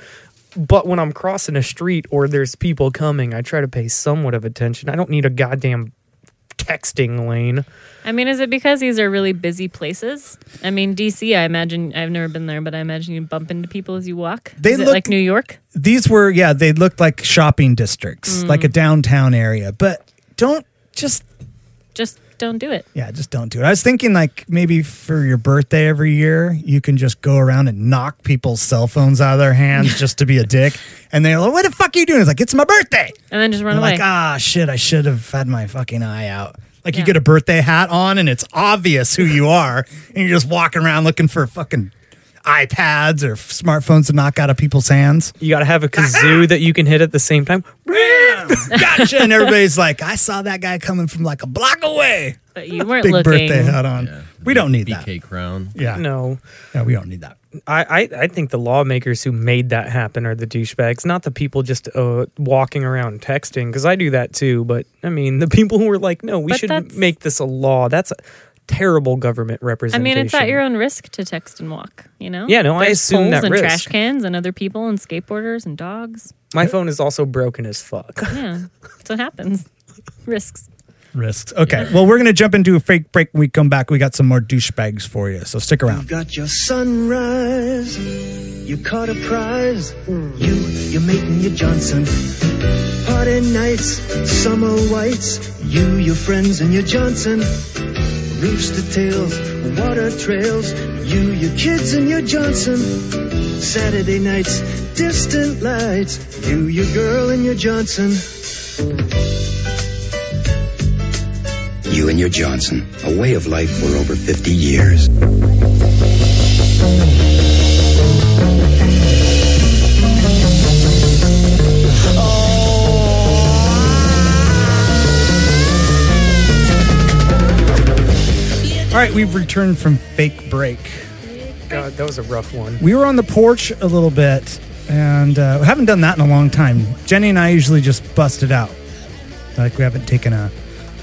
F: But when I'm crossing a street or there's people coming, I try to pay somewhat of attention. I don't need a goddamn texting lane.
D: I mean, is it because these are really busy places? I mean, DC, I imagine, I've never been there, but I imagine you bump into people as you walk.
A: They
D: is it
A: look-
D: like New York?
A: These were, yeah, they looked like shopping districts,
D: Mm.
A: like a downtown area. But don't just,
D: Just don't do it.
A: yeah, just don't do it. I was thinking, like, maybe for your birthday every year, you can just go around and knock people's cell phones out of their
D: (laughs)
A: hands just to be a dick. And they're like, what the fuck are you doing? It's like, it's my birthday.
D: And then just run
A: You're
D: away.
A: Like, ah, shit, I should have had my fucking eye out. Like, you
D: Yeah.
A: get a birthday hat on and it's obvious who you are, and you're just walking around looking for fucking iPads or f- smartphones to knock out of people's
D: (laughs)
A: hands.
F: You got to have a kazoo that you can hit at the same time.
A: Gotcha. and everybody's like, I saw that guy coming from like a block away.
D: But you weren't
A: Big
D: looking.
A: birthday hat on. We don't need that.
E: BK
D: (laughs)
E: crown.
A: Yeah.
F: No,
A: Yeah, we don't need that.
F: I, I, I think the lawmakers who made that happen are the douchebags, not the people just uh, walking around texting. Because I do that too. But I mean, (laughs) the people who were like, no, we
D: But
F: should
D: that's-
F: make this a law. That's a terrible government
D: I
F: representation.
D: mean, it's at your own risk to text and walk, you know?
F: Yeah, no, I
D: There's
F: assume
D: poles
F: that
D: and
F: risk.
D: trash cans and other people and skateboarders and dogs.
F: My phone is also broken as fuck. (laughs)
D: Yeah, that's what happens. (laughs) Risks.
A: Risks. Okay. Well, we're going to jump into a fake break. When we come back, we got some more douchebags for you. So stick around.
B: Got your sunrise. You caught a prize. You, you're making your Johnson. Party nights, summer whites. You, your friends, and your Johnson. Rooster tails, water trails. You, your kids, and your Johnson. Saturday nights, distant lights. You, your girl, and your Johnson.
K: You and your Johnson, a way of life for over 50 years.
A: All right. We've returned from fake break.
F: God, that was a rough one.
A: We were on the porch a little bit, and uh, we haven't done that in a long time. Jenny and I usually just bust it out. Like, we haven't taken a,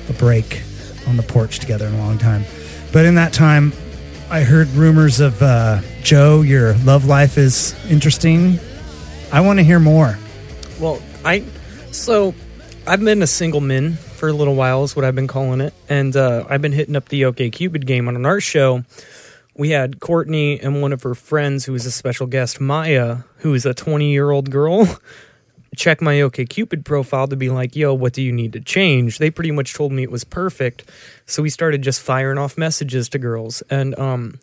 A: a break on the porch together in a long time. But in that time, I heard rumors of uh, Joe, your love life is interesting. I want to hear more.
F: Well, I so I've been a single man for a little while is what I've been calling it, and uh, I've been hitting up the OK Cupid game on an art show. We had Courtney and one of her friends, who was a special guest, Maya, who is a 20 year old girl. (laughs) Check my OK Cupid profile to be like, yo, what do you need to change? They pretty much told me it was perfect. So we started just firing off messages to girls. And um,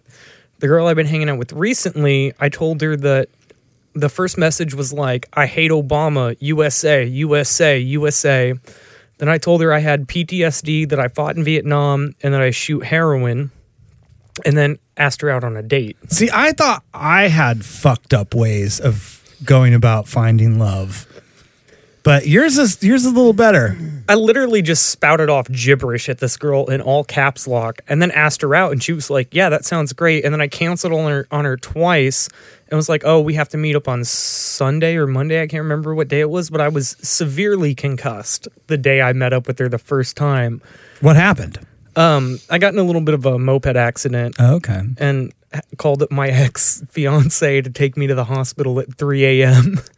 F: the girl I've been hanging out with recently, I told her that the first message was like, I hate Obama, USA, USA, USA. Then I told her I had PTSD, that I fought in Vietnam, and that I shoot heroin, and then asked her out on a date.
A: See, I thought I had fucked up ways of going about finding love. But yours is yours is a little better.
F: I literally just spouted off gibberish at this girl in all caps lock and then asked her out and she was like, "Yeah, that sounds great." And then I canceled on her on her twice and was like, "Oh, we have to meet up on Sunday or Monday. I can't remember what day it was, but I was severely concussed the day I met up with her the first time."
A: What happened?
F: Um, I got in a little bit of a moped accident
A: Okay.
F: and h- called up my (laughs) ex fiance to take me to the hospital at 3 a.m. (laughs)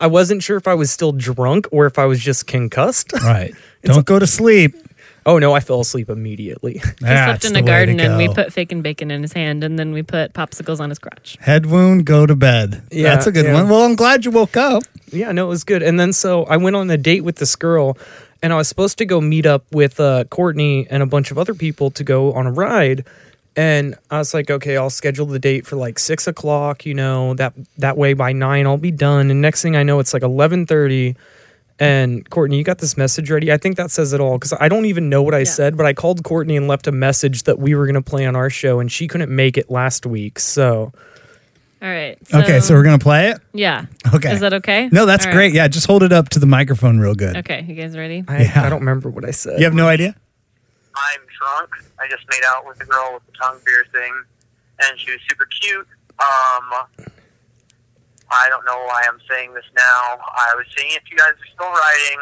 F: I wasn't sure if I was still drunk or if I was just concussed. (laughs)
A: Right. Don't go to sleep.
F: Oh no, I fell asleep immediately. (laughs)
D: He slept in a garden and we put fake and bacon in his hand and then we put popsicles on his crotch.
A: Head wound, go to bed.
F: Yeah,
A: That's a good
F: yeah.
A: one. Well, I'm glad you woke up.
F: Yeah, no, it was good. And then so I went on a date with this girl, and I was supposed to go meet up with uh, Courtney and a bunch of other people to go on a ride. And I was like, okay, I'll schedule the date for like six o'clock. You know that that way by nine I'll be done. And next thing I know, it's like eleven thirty. And Courtney, you got this message ready? I think that says it all because I don't even know what I said, but I called Courtney and left a message that we were going to play on our show, and she couldn't make it last week. So
D: All right.
A: okay, so we're gonna play it.
D: Yeah.
A: Okay.
D: Is that okay?
A: No, that's
D: All right.
A: great. Yeah, just hold it up to the microphone real good.
D: Okay, you guys ready?
F: I, I don't remember what I said.
A: You have no idea.
L: I'm drunk. I just made out with a girl with the tongue piercing, and she was super cute. Um, I don't know why I'm saying this now. I was seeing if you guys are still writing,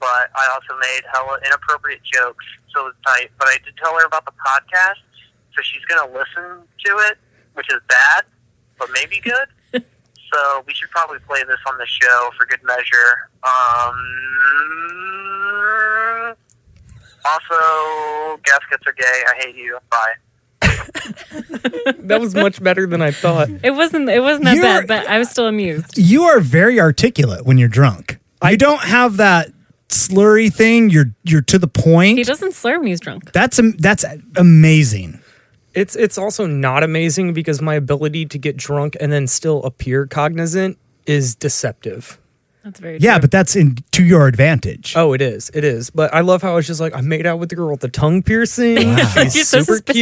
L: but I also made hella inappropriate jokes, so it was tight. But I did tell her about the podcast, so she's gonna listen to it, which is bad, but maybe good. so we should probably play this on the show for good measure. Um. Also, gaskets are gay. I hate you. Bye.
F: That was much better than I thought.
D: It wasn't. It wasn't that
A: You're-
D: bad, but I was still amused.
A: You are very articulate when you're drunk. you don't have that slurry thing. You're you're to the point.
D: He doesn't slur when he's drunk.
A: That's am- that's amazing.
F: It's it's also not amazing because my ability to get drunk and then still appear cognizant is deceptive.
D: That's very
A: Yeah, but that's in to your advantage.
F: Oh, it is. It is. But I love how I was just like, I made out with the girl with the tongue
A: (laughs)
F: piercing.
A: You're
F: She's
A: so
F: super
A: specific.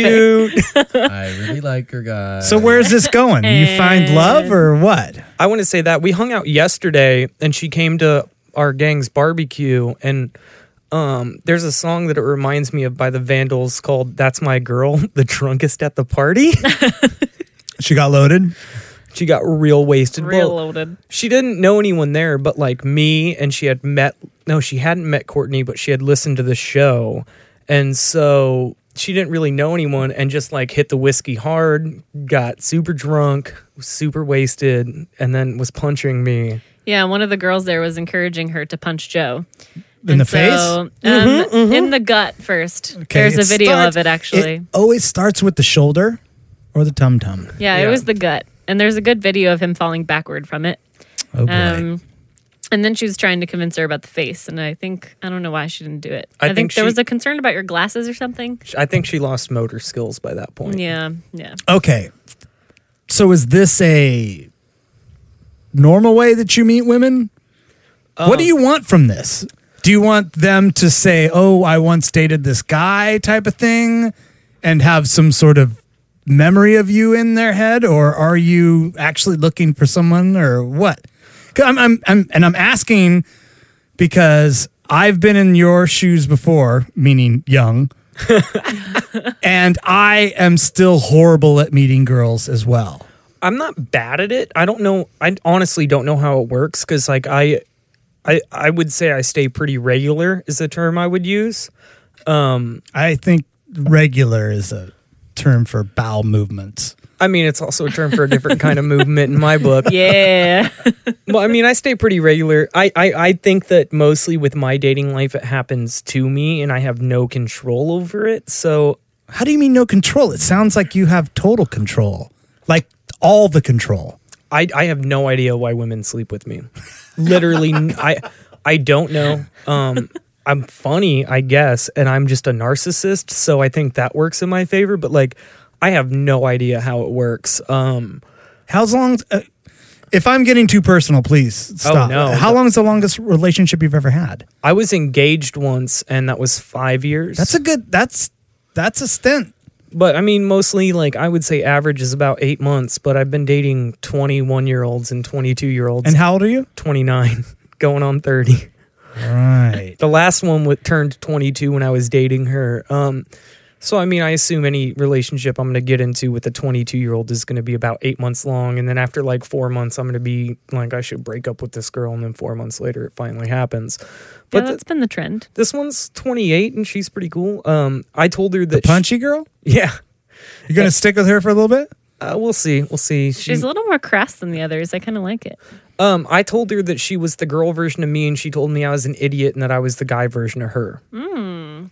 F: cute.
E: I really like her, guys.
A: So where's this going? You find love or what?
F: I want to say that we hung out yesterday and she came to our gang's barbecue and um, there's a song that it reminds me of by the Vandals called That's My Girl, (laughs) the drunkest at
A: (laughs)
F: the party.
A: she got loaded.
F: She got real wasted.
D: Real
F: Well,
D: loaded.
F: She didn't know anyone there but like me and she had met no, she hadn't met Courtney, but she had listened to the show. And so she didn't really know anyone and just like hit the whiskey hard, got super drunk, super wasted, and then was punching me.
D: Yeah, one of the girls there was encouraging her to punch Joe.
A: In the face? Mm-hmm,
D: Um, In the gut first.
A: Okay,
D: There's a
A: it
D: video
A: starts-
D: of it, actually.
A: It always starts with the shoulder or the tum tum.
D: yeah, it was the gut. And there's a good video of him falling backward from it.
A: Oh, boy.
D: Um, and then she was trying to convince her about the face. And I think, I don't know why she didn't do it.
F: I
D: I, think,
F: think
D: there
F: she-
D: was a concern about your glasses or something.
F: I think she lost motor skills by that point.
D: Yeah,
A: (laughs)
D: yeah.
A: Okay. So is this a normal way that you meet women? what do you want from this? Do you want them to say, "Oh, I once dated this guy" type of thing and have some sort of memory of you in their head or are you actually looking for someone or what? 'Cause I'm, I'm, I'm and I'm asking because I've been in your shoes before, meaning young and I am still horrible at meeting girls as well.
F: I'm not bad at it. I don't know. I honestly don't know how it works because, like, I, I, I would say I stay pretty regular is the term I would use. Um,
A: I think regular is a term for bowel movements.
F: I mean, it's also a term for a different
D: (laughs)
F: kind of movement in my book.
D: Yeah.
F: well, I mean, I stay pretty regular. I, I, I think that mostly with my dating life, it happens to me, and I have no control over it. So
A: How do you mean no control? It sounds like you have total control, like all the control.
F: I I have no idea why women sleep with me. Literally, n- I I don't know. Um, I'm funny, I guess, and I'm just a narcissist, so I think that works in my favor. But like, I have no idea how it works. Um,
A: How's long? Uh, if I'm getting too personal, please stop.
F: no.
A: How long is the longest relationship you've ever had?
F: I was engaged once, and that was five years.
A: That's a good. That's that's a stint.
F: but I mean, mostly like I would say average is about eight months. But I've been dating 21 year olds and 22 year olds.
A: And how old are you?
F: 29, (laughs) going on 30.
A: Right.
F: The last one w- turned 22 when I was dating her. Um, so I mean, I assume any relationship I'm going to get into with a 22 year old is going to be about eight months long, and then after like four months, I'm going to be like, I should break up with this girl, and then four months later, it finally happens.
D: yeah,
F: But th-
D: that's been the trend.
F: this one's 28, and she's pretty cool. Um, I told her that
A: Punchy girl.
F: she- (laughs) yeah,
A: You're gonna stick with her for a little bit.
F: uh, we'll see, we'll see. She,
D: She's a little more crass than the others. I kind of like it.
F: um, I told her that she was the girl version of me, and she told me I was an idiot and that I was the guy version of her.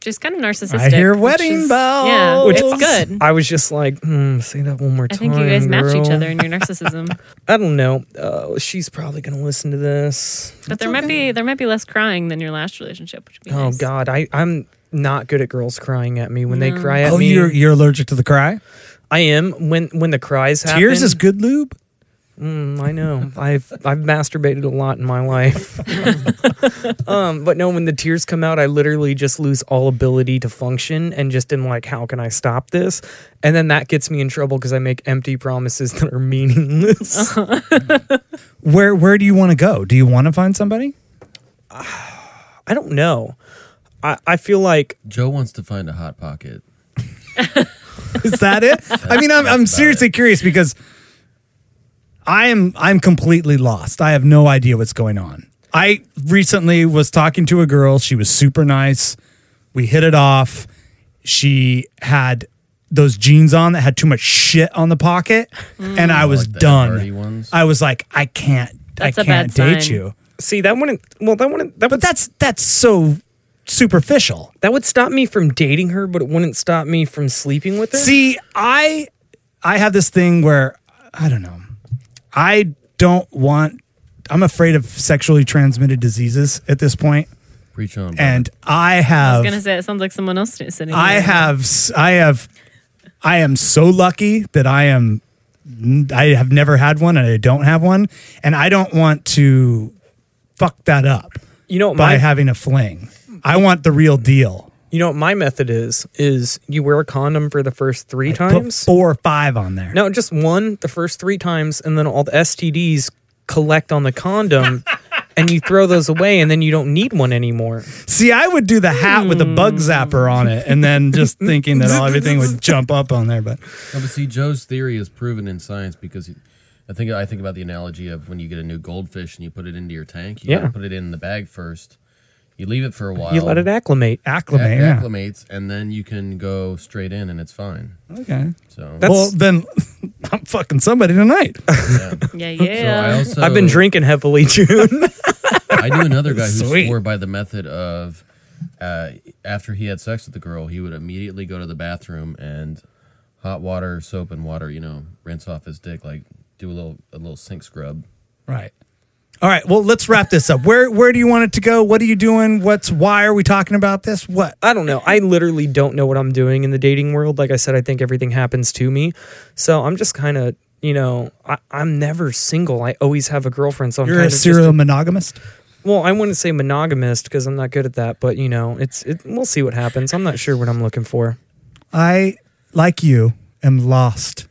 D: She's kind of narcissistic.
A: I hear
D: which
A: wedding
D: is-
A: bells.
D: Yeah,
A: Which
D: which it's
A: is-
D: good.
F: I was just like, hmm, say that one more
D: I
F: time.
D: think you guys match each
F: girl."
D: other in your
A: (laughs)
D: narcissism.
F: I don't know. Uh, she's probably going to listen to this.
D: But there might be there might be less crying than your last relationship, which would be
F: Oh
D: nice.
F: God, I I'm not good at girls crying at me when they cry at
A: Oh,
F: me.
A: you're you're allergic to the cry.
F: I am when when the cries happen.
A: Tears is good lube.
F: Mm, I
A: (laughs)
F: know. I've I've masturbated a lot in my life. um, but no, when the tears come out, I literally just lose all ability to function and just am like, how can I stop this? And then that gets me in trouble because I make empty promises that
A: (laughs)
F: are meaningless.
A: Uh-huh. Where where do you want to go? Do you want to find somebody? (laughs)
F: I don't know. I, I feel like
E: Joe wants to find a hot pocket.
A: Is that it? I mean, I'm I'm seriously curious because I am I'm completely lost. I have no idea what's going on. I recently was talking to a girl. She was super nice. We hit it off. She had those jeans on that had too much shit on the pocket, and I was
E: the Hardy
A: done.
E: ones?
A: I was like, I can't.
D: That's
A: I
D: a
A: can't
D: bad
A: date
D: sign.
A: you.
F: See that wouldn't. Well, that wouldn't. That
A: But that's that's so superficial.
F: That would stop me from dating her, but it wouldn't stop me from sleeping with her.
A: See, I I have this thing where I don't know. I don't want I'm afraid of sexually transmitted diseases at this point.
E: Preach on.
A: And I
D: I
A: have
D: was gonna say it sounds like someone else sitting.
A: I
D: here.
A: have s- I have I am so lucky that I am I have never had one and I don't have one and I don't want to fuck that up.
F: You know,
A: by
F: my-
A: having a fling. I want the real deal.
F: You know what my method is? Is you wear a condom for the first three
A: Put
F: times?
A: four or five on there.
F: No, just one the first three times, and then all the STDs collect on
A: (laughs)
F: the condom, and you throw those away, and then you don't need one anymore.
A: See, I would do the hat with the bug zapper on it and then (laughs) just thinking that all everything would jump up on there, but
E: No, but see, Joe's theory is proven in science because he, I think I think about the analogy of when you get a new goldfish and you put it into your tank. You
F: Yeah.
E: gotta put it in the bag first. You leave it for a while.
F: You let it acclimate.
A: Acclimate,
E: It
A: yeah.
E: acclimates, and then you can go straight in, and it's fine.
A: Okay.
E: So
A: well then (laughs) I'm fucking somebody tonight. (laughs)
E: I
D: Yeah, yeah.
E: also-
F: I've been drinking heavily, (laughs) June.
E: I knew another guy who
F: (laughs) Sweet.
E: swore by the method of uh, after he had sex with the girl, he would immediately go to the bathroom and hot water, soap, and water. You know, rinse off his dick, like do a little a little sink scrub.
A: Right. All right. Well, let's wrap this up. Where where do you want it to go? What are you doing? What's why are we talking about this? What?
F: I don't know. I literally don't know what I'm doing in the dating world. Like I said, I think everything happens to me. So I'm just kind of, you know, I, I'm never single. I always have a girlfriend. So I'm
A: You're
F: kind
A: a
F: of
A: serial monogamist?
F: well, I wouldn't say monogamist because I'm not good at that, but you know, it's it, we'll see what happens. I'm not sure what I'm looking for.
A: I like you am lost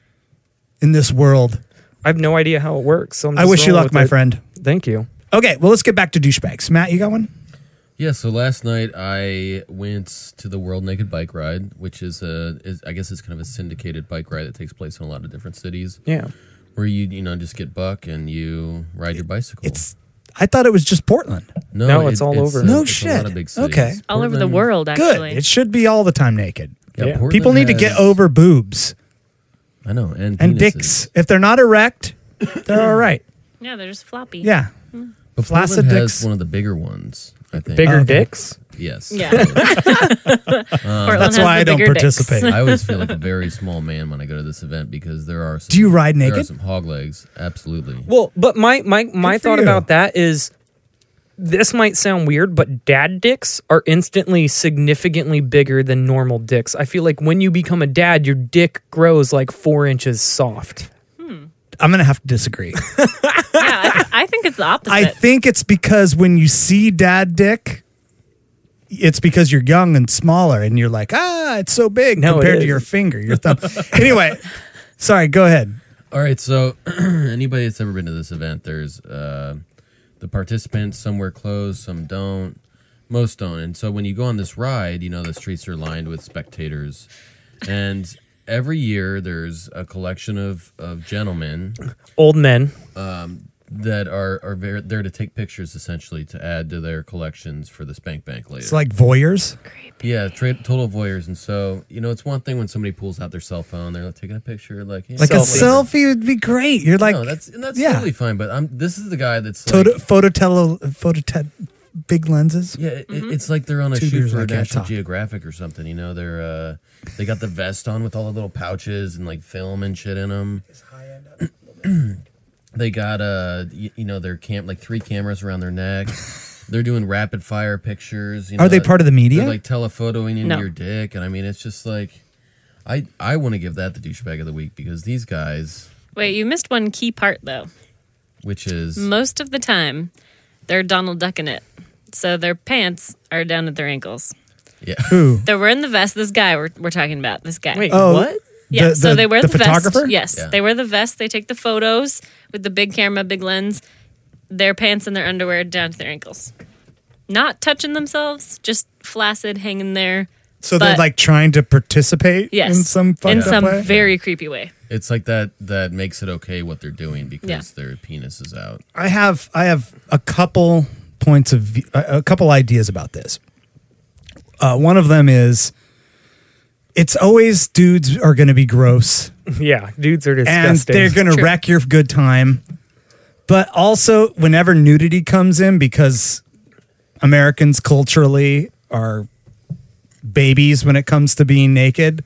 A: in this world.
F: I have no idea how it works. So I'm
A: I
F: just
A: wish you luck,
F: rolling with
A: my
F: it.
A: friend.
F: Thank you.
A: Okay, well let's get back to douchebags. Matt, you got one?
E: Yeah, so last night I went to the World Naked Bike Ride, which is a is, I guess it's kind of a syndicated bike ride that takes place in a lot of different cities.
F: Yeah.
E: Where you you know just get buck and you ride your bicycle. It's
A: I thought it was just Portland.
F: No, it's all over.
A: No
E: it's A lot of
A: shit.
E: big cities.
A: Okay.
D: all over the
E: Portland-
D: world. Actually,
A: Good. It should be all the time naked.
E: Yeah, Yeah. Portland
A: People need to get
E: has-
A: over boobs
E: I know, and
A: and
E: penises.
A: dicks. If they're not erect, they're all right.
D: yeah, they're just floppy.
A: Yeah.
E: But
A: Flaccid
E: Portland has
A: dicks.
E: one of the bigger ones. I think
F: Bigger dicks?
A: (laughs)
E: Yes.
D: Yeah. (laughs)
E: Um,
A: That's has why the I don't bigger dicks. participate.
E: I always feel like a very small man when I go to this event because there are. Some,
A: Do you ride
E: There are
A: naked?
E: some hog legs. Absolutely.
F: Well, but my my my
A: Good for
F: thought
A: you.
F: about that is this might sound weird, but dad dicks are instantly significantly bigger than normal dicks. I feel like when you become a dad, your dick grows like four inches soft.
A: I'm gonna have to disagree.
D: (laughs) yeah, I, th- I think it's the
A: (laughs)
D: opposite.
A: I think it's because when you see dad dick, it's because you're young and smaller and you're like, ah, it's so big
F: No, it
A: compared to
F: is.
A: your finger, your thumb. anyway, sorry, go ahead.
E: All right, so (clears throat) anybody that's ever been to this event, there's uh, the participants. Some wear clothes, some don't. Most don't. And so when you go on this ride, you know the streets are lined with spectators, and every year there's a collection of of gentlemen
F: Old men.
E: that are are ver- there to take pictures, essentially to add to their collections for the spank bank later.
A: It's like voyeurs.
E: Yeah, tra- total voyeurs, and so you know it's one thing when somebody pulls out their cell phone, they're like, taking a picture, like yeah,
A: Like
F: Selfie.
A: a selfie would be great. You're like
E: no, that's and that's
A: yeah. Tota,
E: totally fine. But I'm this is the guy that's like,
A: photo phototele photote- big lenses.
E: yeah, it,
D: Mm-hmm.
E: it- it's like they're on a
A: Two
E: shoot
A: beers
E: for
A: and I can't
E: National
A: talk.
E: Geographic or something. You know, they're uh, they got the vest on with all the little pouches and like film and shit in them. (clears throat) they got uh, you, you know, their camp like three cameras around their neck.
A: (laughs)
E: They're doing rapid fire pictures. You know,
A: Are they part of the media?
E: They're like telephotoing into
D: No.
E: your dick, and I mean, it's just like, I I want to give that the douchebag of the week because these guys,
D: Wait, you missed one key part though.
E: which is
D: Most of the time, they're Donald Ducking it. So their pants are down at their ankles.
E: yeah,
A: Who?
D: They're wearing the vest. This guy we're, we're talking about. This guy.
F: Wait,
A: Oh,
F: what?
D: Yeah,
A: The-
D: so
A: the-
D: they wear
A: the
D: the,
A: photographer?
D: vest. Yes,
E: Yeah.
D: they wear the vest. They take the photos with the big camera, big lens, their pants and their underwear down to their ankles. Not touching themselves, just flaccid hanging there.
A: So they're
D: But-
A: like trying to participate
D: Yes,
A: in some fucked
D: in
A: up
D: some
A: way?
D: very creepy way.
E: it's like that that makes it okay what they're doing because
D: Yeah.
E: their penis is out.
A: I have I have a couple points of view, a a couple ideas about this. Uh, one of them is it's always dudes are going to be gross
F: (laughs) Yeah, dudes are
A: and
F: disgusting.
A: they're going to
D: True.
A: wreck your good time. But also, whenever nudity comes in, because Americans culturally are babies when it comes to being naked.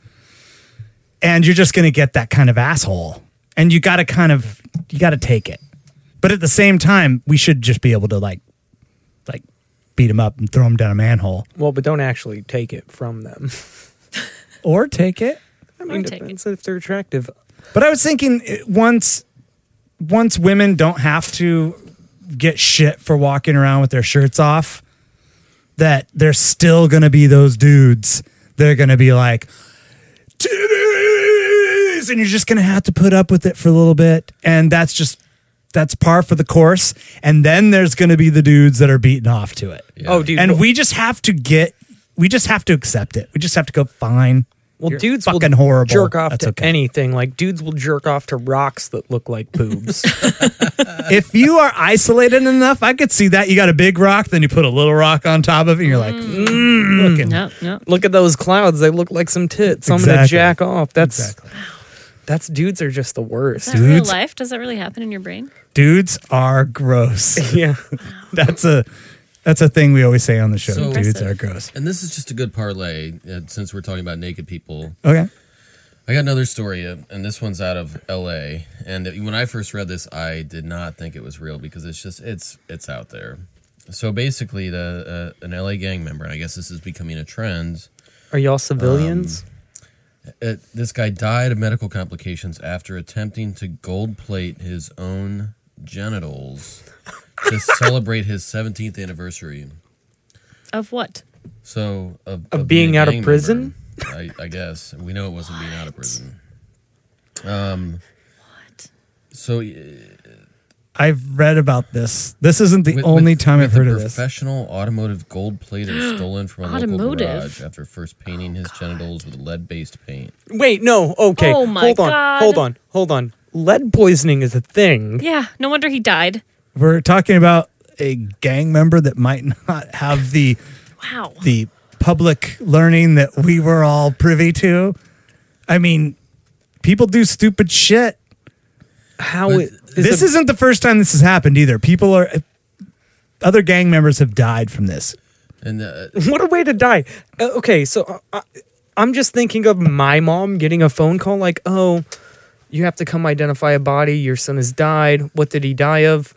A: And you're just going to get that kind of asshole. And you got to kind of you got to take it. But at the same time, we should just be able to like like beat him up and throw him down a manhole
F: Well, but don't actually take it from them.
A: or take it.
F: I mean, depends if they're attractive.
A: But I was thinking eh, once once women don't have to get shit for walking around with their shirts off, that there's still gonna be those dudes that are gonna be like titties, and you're just gonna have to put up with it for a little bit, and that's just that's par for the course. And then there's gonna be the dudes that are beaten off to it.
F: Oh, dude.
A: and
F: well-
A: we just have to get we just have to accept it. We just have to go fine.
F: Well,
A: You're
F: dudes
A: fucking
F: will
A: horrible.
F: jerk off
A: That's
F: to
A: okay.
F: anything. Like dudes will jerk off to rocks that look like boobs. (laughs)
A: if you are isolated enough, I could see that. You got a big rock, then you put a little rock on top of it, and you're like, mm, looking.
F: Look at those clouds; they look like some tits. I'm gonna
A: Exactly.
F: jack off. That's that's dudes are just the worst.
D: Is that real life? Does that really happen in your brain?
A: Dudes are gross. (laughs)
F: (laughs) Yeah.
A: that's a that's a thing we always say on the show.
E: So-
A: Dudes are gross.
E: And this is just a good parlay uh, since we're talking about naked people.
A: Okay.
E: I got another story, uh, and this one's out of L.A. And when I first read this, I did not think it was real because it's just it's it's out there. So basically, the uh, an L.A. gang member, and I guess this is becoming a trend.
F: Are y'all civilians?
E: um, it, this guy died of medical complications after attempting to gold plate his own genitals to celebrate his 17th anniversary.
D: Of what?
E: So, of,
F: Of being
E: a
F: out of
E: gang member,
F: prison?
E: I, I guess we know it wasn't being out of prison. Um, what? So
A: I've read about this. This isn't the
E: With-
A: only
E: with-
A: time
E: with
A: I've heard
E: a
A: of this.
E: Professional automotive gold plater stolen from a local
F: Automotive?
E: garage after first painting his genitals with lead-based paint.
A: Um,
F: Wait, no. Okay,
D: Oh my
F: hold on,
D: God.
F: hold on, hold on. Lead poisoning is a thing.
D: Yeah, no wonder he died.
A: We're talking about a gang member that might not have the
D: Wow.
A: the public learning that we were all privy to. I mean, people do stupid shit.
F: How is
A: this
F: a-
A: isn't the first time this has happened either. People are other gang members have died from this.
E: And uh,
F: (laughs) what a way to die. Uh, okay, so uh, I, I'm just thinking of my mom getting a phone call like, "Oh, you have to come identify a body. Your son has died. What did he die of?"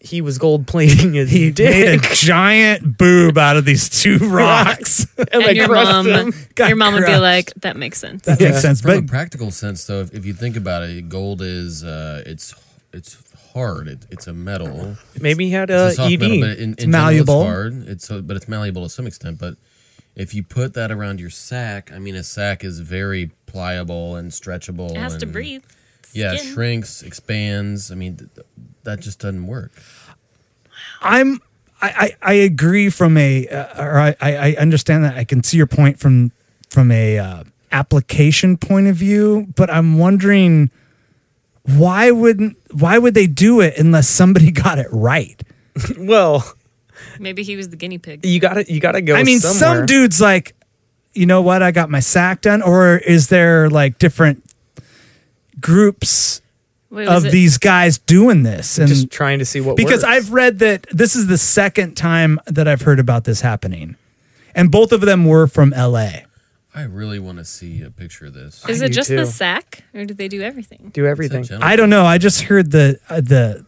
F: He was gold plating his
A: He made a
F: (laughs) dick.
A: giant boob out of these two
F: (laughs)
A: rocks.
D: And,
F: I
D: your
F: crushed
D: mom,
F: him.
A: Got
D: your mom would be
A: crushed.
D: like, "That makes sense."
A: That makes sense,
E: From
A: but
E: a practical sense, though, if, if you think about it, gold is uh, it's it's hard. It, it's a
A: Oh.
E: metal.
F: Maybe he had uh, E
E: It's
F: a,
E: a soft
F: ED.
E: metal, but in,
A: It's
E: in general,
A: malleable.
E: it's hard. It's so, but it's malleable to some extent. But if you put that around your sack, I mean, a sack is very pliable and stretchable.
D: It has to
E: and-
D: breathe.
E: Yeah,
D: Skin.
E: shrinks, expands. I mean, th- th- that just doesn't work.
A: I'm I, I, I agree from a uh, or I, I I understand that I can see your point from from a uh, application point of view, but I'm wondering why wouldn't why would they do it unless somebody (laughs) got it right?
F: well,
D: Maybe he was the guinea pig.
F: you got to you got to go
A: I mean,
F: somewhere.
A: some dudes like, you know what? I got my sack done, or is there like different groups
D: Wait, was
A: of
D: it-
A: these guys doing this? And
F: just trying to see what
A: because
F: works.
A: I've read that this is the second time that I've heard about this happening, and both of them were from L.A.
E: I really want to see a picture of this.
D: Is
F: I
D: it
F: do
D: just
F: too.
D: the sack, or do they do everything?
F: do everything.
E: It's a
A: I don't know. I just heard the uh, the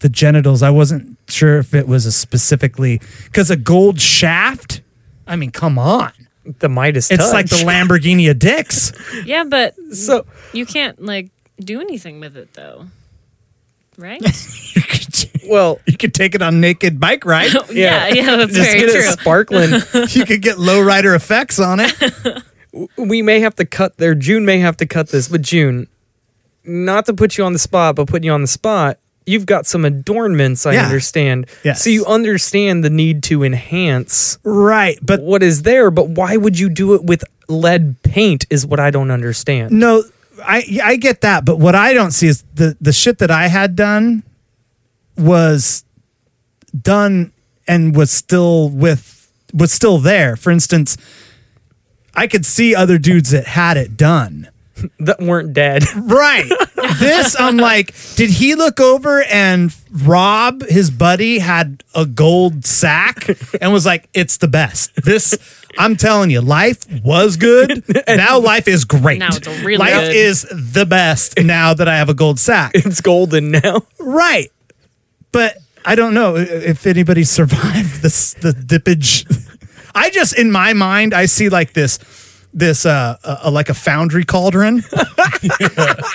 A: the genitals. I wasn't sure if it was a specifically because a gold shaft. I mean, come on.
F: The Midas
A: It's like the
F: (laughs) touch.
A: Lamborghini of
F: (laughs)
A: dicks.
D: Yeah, but
F: So
D: you can't like do anything with it though,
A: (laughs)
D: right?
F: well,
A: You could take it on naked bike ride. (laughs)
D: yeah, yeah, that's
F: just
D: very
F: get
D: true.
F: it sparkling.
A: you could get lowrider effects on it.
F: we may have to cut there. June may have to cut this, but June, not to put you on the spot, but putting you on the spot, you've got some adornments, I
A: Yeah.
F: understand.
A: Yes.
F: So you understand the need to enhance
A: Right, but
F: what is there, but why would you do it with lead paint is what I don't understand.
A: no, I I get that, but what I don't see is the the shit that I had done was done and was still with was still there. For instance, I could see other dudes that had it done.
F: that weren't dead. (laughs)
A: Right. this, I'm like, did he look over and Rob, his buddy, had a gold sack and was like, it's the best. This, I'm telling you, life was good. Now life is great.
D: Now it's really
A: life
D: good.
A: is the best now that I have a gold sack.
F: It's golden now. (laughs)
A: Right. But I don't know i- if anybody (laughs) survived this, the dippage. I just, in my mind, I see like this. This uh, uh, uh like a foundry cauldron,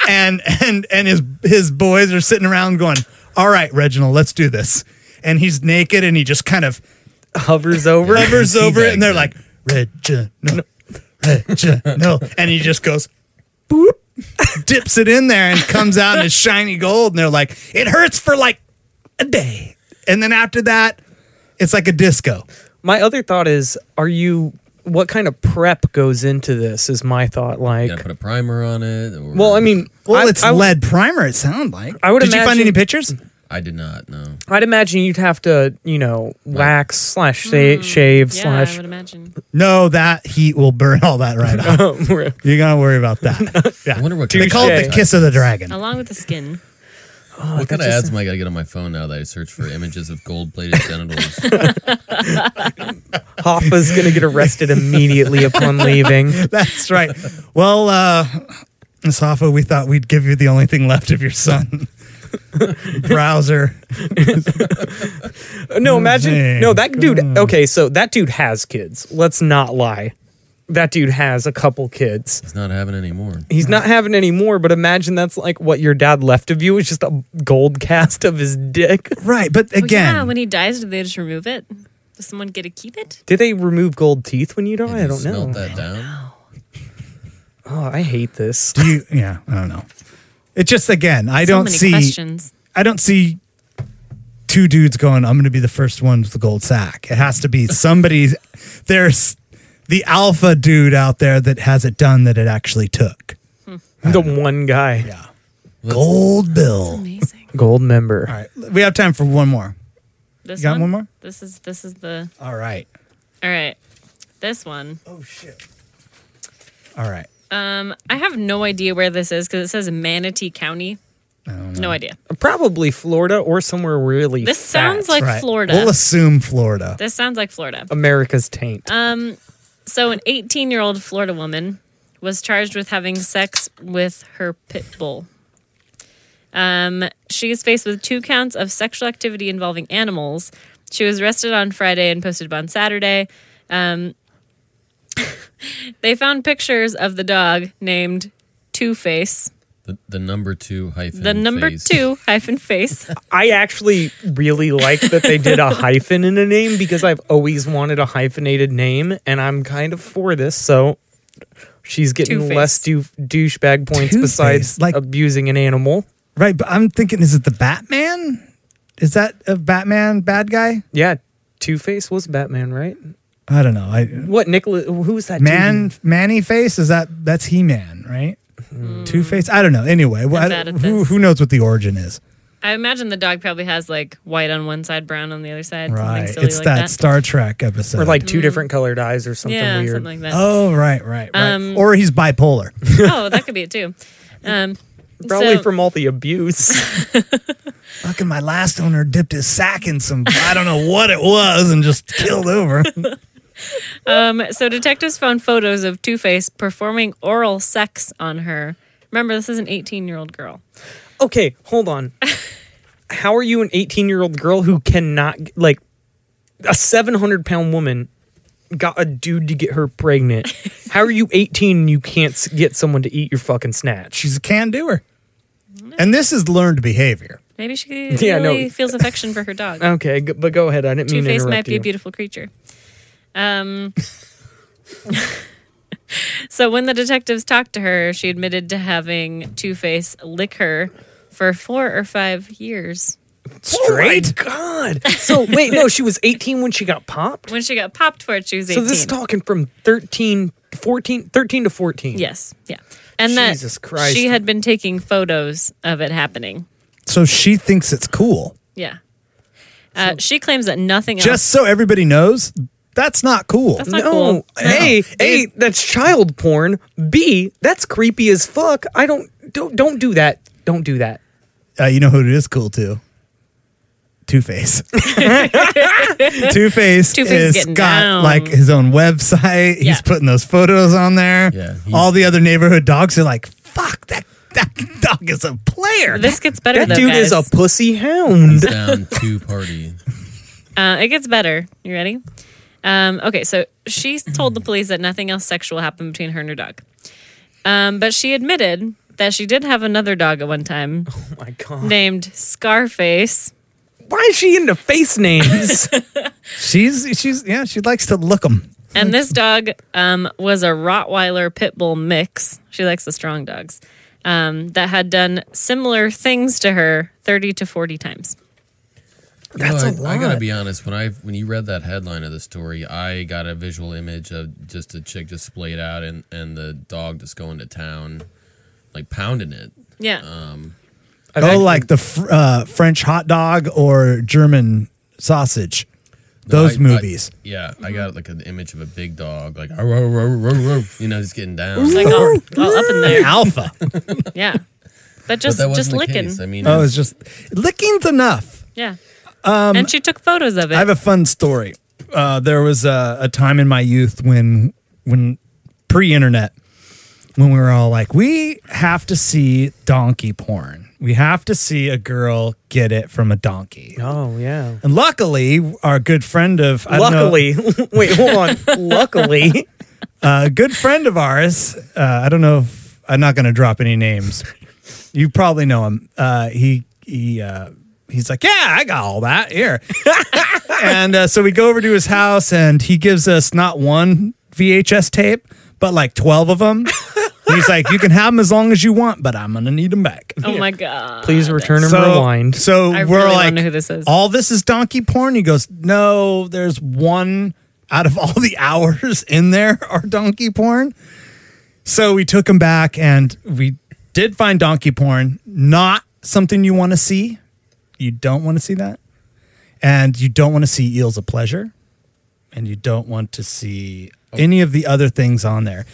A: and and and his his boys are sitting around going, "All right, Reginald, let's do this." And he's naked, and he just kind of
F: hovers over,
A: hovers over it, and they're like, "Reginald, Reginald," (laughs) and he just goes, "Boop," (laughs) dips it in there, and comes out (laughs) as shiny gold. And they're like, "It hurts for like a day," and then after that, it's like a disco.
F: My other thought is, are you? What kind of prep goes into this? Is my thought like?
E: Put a primer on it. Or
F: Well, I mean,
A: Well,
F: I-
A: it's
F: I-
A: lead primer. It sounded like.
F: I would
A: Did you find
F: imagine-
A: any pictures?
E: I did not. No.
F: I'd imagine you'd have to, you know, wax slash sa- shave
D: Mm. Yeah, I (laughs)
F: slash.
D: would imagine.
A: No, that heat will burn all that right off. (laughs) You're gonna worry about (laughs) that. Yeah.
E: wonder what
A: they call it the
E: Touche.
A: kiss of the dragon.
D: Along with the skin.
E: what kind of
F: just
E: ads am I gonna get on my phone now that I search for images of gold-plated
F: (laughs)
E: genitals?
F: (laughs) Hoffa's gonna
D: (laughs)
F: get arrested immediately upon leaving.
A: That's right. Well, uh, Miss Hoffa, we thought we'd give you the only thing left of your son. (laughs) Browser.
D: Oh,
F: Uh, No, imagine.
A: Thank
F: No, that dude. Okay, so that dude has kids. Let's not lie. That dude has a couple kids.
E: It's not having any more.
F: He's not having any more, but imagine that's like what your dad left of you is just a gold cast of his dick. (laughs)
A: Right, but
D: Well,
A: again,
D: yeah, when he dies, do they just remove it? Does someone get to keep it?
F: Did they remove gold teeth when you die? I don't know.
E: Melt that down.
F: Oh, I hate this.
A: do you yeah, I don't know. It's just again, I
D: so
A: don't
D: many
A: see
D: questions.
A: I don't see two dudes going, I'm gonna be the first one with the gold sack. It has
D: (laughs)
A: to be somebody there's the alpha dude out there that has it done that it actually took.
F: The one guy,
A: Gold bill.
D: Amazing.
F: gold member.
A: All right. We have time for one more.
D: This
A: You got one more?
D: This is this is the
A: All right.
D: all right. This one.
A: Oh shit. All right.
D: Um, I have no idea where this is because it says Manatee County. No idea.
F: Probably Florida or somewhere really.
D: This
F: fat.
D: sounds like
A: Right.
D: Florida.
A: We'll assume Florida.
D: this sounds like Florida.
F: America's taint.
D: So, an 18 year old Florida woman was charged with having sex with her pit bull. Um, she is faced with two counts of sexual activity involving animals. She was arrested on Friday and posted on Saturday. Um, (laughs) they found pictures of the dog named Two Face,
E: The, the number two hyphen.
D: the number
E: face. (laughs)
D: two hyphen face.
F: I actually really like that they did a hyphen in a name because I've always wanted a hyphenated name, and I'm kind of for this. So she's getting
D: Two-Face.
F: less dou- douchebag points
A: Two-Face,
F: besides
A: like-
F: abusing an animal.
A: Right, but I'm thinking, is it the Batman? Is that a Batman bad guy?
F: Yeah, Two Face was Batman, right?
A: I don't know. I
F: What Nicholas? Who was that? dude?
A: man, Manny Face is that? That's He Man, right? Two Face. I don't know. Anyway, well,
D: Hmm. bad at
A: who,
D: this.
A: who knows what the origin is?
D: I imagine the dog probably has like white on one side, brown on the other side.
A: Right,
D: Something silly
A: it's
D: like
A: that,
D: that.
A: Star Trek episode.
F: or like two different colored eyes or something
D: Mm. yeah,
F: weird.
D: something like that.
A: oh, right, right, right.
D: Um,
A: or he's bipolar.
D: oh, that could be it too. Um,
F: Probably
D: so-
F: from all the abuse.
A: Fucking my last owner dipped his sack in some I don't know what it was and just killed over.
D: Um, so detectives found photos of Two Face performing oral sex on her. Remember, this is an 18 year old girl.
F: okay, hold on. How are you an 18 year old girl who cannot, like, a 700 pound woman got a dude to get
D: (laughs)
F: her pregnant? How are you 18 and you can't s- get someone to eat your fucking snatch?
A: She's a can doer, and this is learned behavior.
D: Maybe she
F: (laughs) Yeah, no.
D: really feels affection for her
F: (laughs)
D: dog.
F: Okay, g- but go ahead. I didn't
D: Two
F: mean to
D: Face
F: interrupt
D: might be
F: you.
D: a beautiful creature. Um, (laughs) so when the detectives talked to her, she admitted to having Two Face lick her for four or five years.
F: Straight?
D: Oh
F: God. So, wait, no, she was 18 when she got popped?
D: When she got popped for it, (laughs) she was 18.
F: So, this is talking from 13, 14, 13 to 14.
D: yes, yeah. And
F: Jesus
D: that
F: Christ.
D: she had been taking photos of it happening.
A: So she thinks it's cool.
D: Yeah. Uh, she claims that nothing else.
A: Just so everybody knows, That's not cool.
F: no. A, A, that's child porn. B, that's creepy as fuck. I don't don't don't do that. Don't do that.
A: Uh, you know who it is cool to? Two
F: (laughs)
A: Face. Two Face
F: Two-Face
A: has
F: is
A: got
F: getting down.
A: like his own website. He's putting those photos on there. Yeah, All the other neighborhood dogs are like, fuck, that, that dog is a player.
D: (laughs) This gets better.
A: That
D: though,
A: dude is
D: guys.
A: a (laughs)
F: pussy hound.
E: down to party.
D: Uh, it gets better. You ready? Um, okay, so she told the police that nothing else sexual happened between her and her dog. Um, but she admitted that she did have another dog at one time.
A: (laughs)
D: Oh
F: my God.
D: Named Scarface.
F: Why is she into
A: (laughs)
F: face names?
A: she's she's yeah, she likes to look them.
D: And this dog um, was a Rottweiler pit bull mix. She likes the strong dogs. Um, that had done similar things to her 30 to 40 times.
F: That's
E: I,
F: a
E: I gotta
F: lot.
E: be honest. When I when you read that headline of the story, I got a visual image of just a chick just splayed out and and the dog just going to town, like pounding it.
D: Yeah.
E: Um,
A: Oh, like the fr- uh, French hot dog or German sausage. Those
E: I- I-
A: movies.
E: yeah,
D: Mm-hmm.
E: I got like an image of a big dog, like "Arr, arr, arr, arr, arr," you know, just getting down,
D: Like all, all up in
E: (laughs)
D: there.
A: Alpha.
D: Yeah. But just,
E: that wasn't
D: just
E: the
D: licking.
E: case. I mean,
A: oh, it's just licking's enough.
D: Yeah.
A: Um,
D: and she took photos of it.
A: I have a fun story. Uh, there was a, a time in my youth when, when pre-internet, when we were all like, we have to see donkey porn. We have to see a girl get it from a donkey.
F: Oh yeah.
A: And luckily, our good friend of I don't know-
F: Luckily, (laughs) wait, hold on.
A: (laughs)
F: Luckily,
A: a Uh, good friend of ours. Uh, I don't know if I'm not going to drop any names. You probably know him. Uh, he he uh, he's like, yeah, I got all that here. and uh, so we go over to his house, and he gives us not one VHS tape, but like twelve of them. he's like, you can have them as long as you want, but I'm going to need them back.
D: oh my God.
F: Please return and rewind.
A: So
D: I
A: we're
D: really wanna
A: like,
D: know who this is.
A: all this is donkey porn. He goes, no, there's one out of all the (laughs) hours in there are donkey porn. So we took him back and we did find donkey porn. Not something you want to see. You don't want to see that, and you don't want to see eels of pleasure, and you don't want to see any of the other things on there.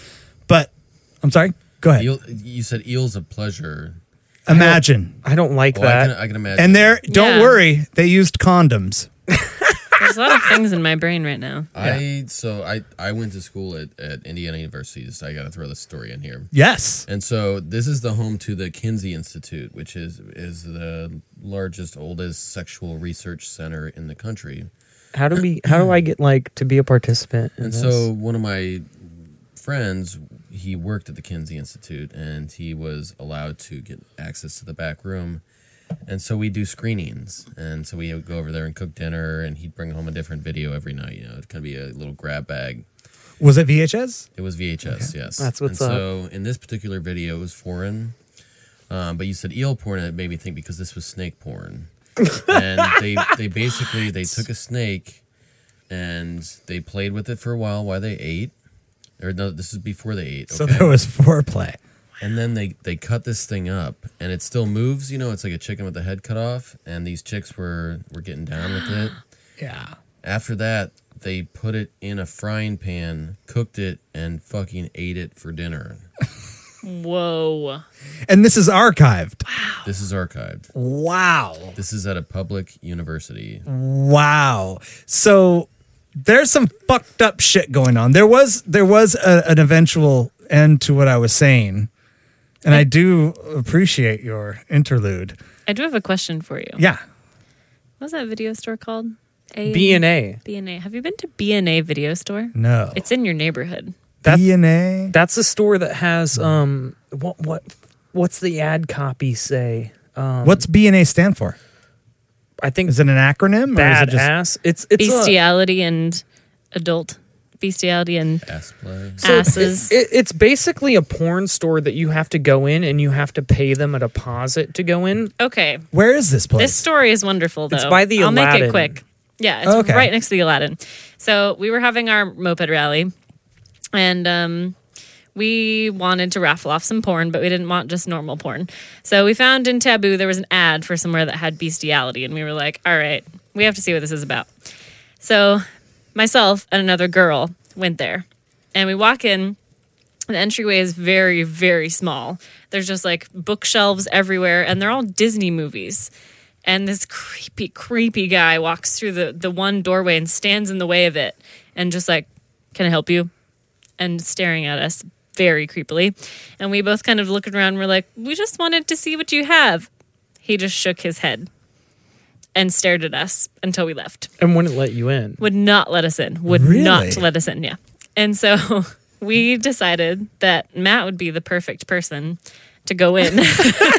A: But I'm sorry. Go ahead.
E: Eel, you said eels of pleasure.
A: Imagine.
F: I don't like
E: Oh, I
A: uh,
E: that. can- I can imagine.
A: And they're don't
D: Yeah.
A: worry, they used condoms.
D: There's a lot of things in my brain right now.
E: I so I I went to school at, at Indiana University. So I got to throw this story in here.
A: Yes.
E: And so this is the home to the Kinsey Institute, which is is the largest, oldest sexual research center in the country.
F: how do we? How do I get like to be a participant? In
E: And
F: this?
E: so one of my friends, he worked at the Kinsey Institute, and he was allowed to get access to the back room. And so we do screenings, and so we would go over there and cook dinner, and he'd bring home a different video every night. You know, it's gonna be a little grab bag.
A: Was it VHS?
E: It was VHS, yes.
F: That's what's
E: and So in this particular video, it was foreign, um, but you said eel porn, and it made me think because this was snake
F: (laughs)
E: porn, and they they basically they took a snake and they played with it for a while while they ate. Or no, this is before they ate.
A: So
E: okay?
A: there was foreplay.
E: And then they they cut this thing up, and it still moves. You know, it's like a chicken with the head cut off. And these chicks were were getting down with it.
A: Yeah.
E: After that, they put it in a frying pan, cooked it, and fucking ate it for dinner.
D: Whoa.
A: And this is archived.
E: This is archived.
A: Wow.
E: This is at a public university.
A: Wow. So there's some fucked up shit going on. There was there was a, an eventual end to what I was saying. And I do appreciate your interlude.
D: I do have a question for you.
A: Yeah.
D: What's that video store called? A-
F: B&A.
D: B&A. Have you been to B&A video store?
A: No.
D: It's in your neighborhood.
A: DNA.
F: That's a store that has um what what what's the ad copy say? Um,
A: What's BNA stand for?
F: I think
A: is it an acronym or is
F: bad
A: it just
F: ass? It's it's a,
D: bestiality and adult bestiality and
E: ass play.
F: so
D: asses.
F: It, it- it's basically a porn store that you have to go in and you have to pay them a deposit to go in.
D: okay.
A: Where is this place?
D: This story is wonderful, though.
F: It's by the
D: I'll make it
F: Aladdin. Oh,
D: quick. Yeah, it's
A: Okay.
D: right next to the Aladdin. So we were having our moped rally, and um, we wanted to raffle off some porn, but we didn't want just normal porn. So we found in Taboo there was an ad for somewhere that had bestiality, and we were like, "All right, we have to see what this is about." So myself and another girl went there. And we walk in. The entryway is very, very small. There's just like bookshelves everywhere, and they're all Disney movies. And this creepy, creepy guy walks through the, the one doorway and stands in the way of it and just like, Can I help you? And staring at us very creepily. And we both kind of looked around. And we're like, We just wanted to see what you have. He just shook his head and stared at us until we left
F: and wouldn't let you in.
D: would not let us in. Would
F: Really?
D: not let us in. Yeah. And so (laughs) we decided that Matt would be the perfect person to go in. (laughs)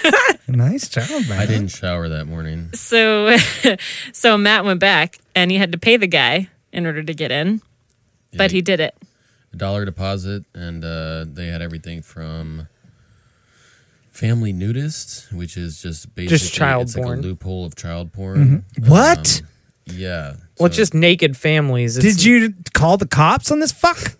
A: Nice job, man.
E: I didn't shower that morning.
D: so (laughs) so Matt went back and he had to pay the guy in order to get in. But he did it.
E: A dollar deposit, and uh, they had everything from family nudists, which is just basically
F: child
E: it's like
F: porn.
E: a loophole of child porn. Um,
A: What?
E: Yeah.
F: well, it's just naked families. It's-
A: Did you call the cops on this fuck?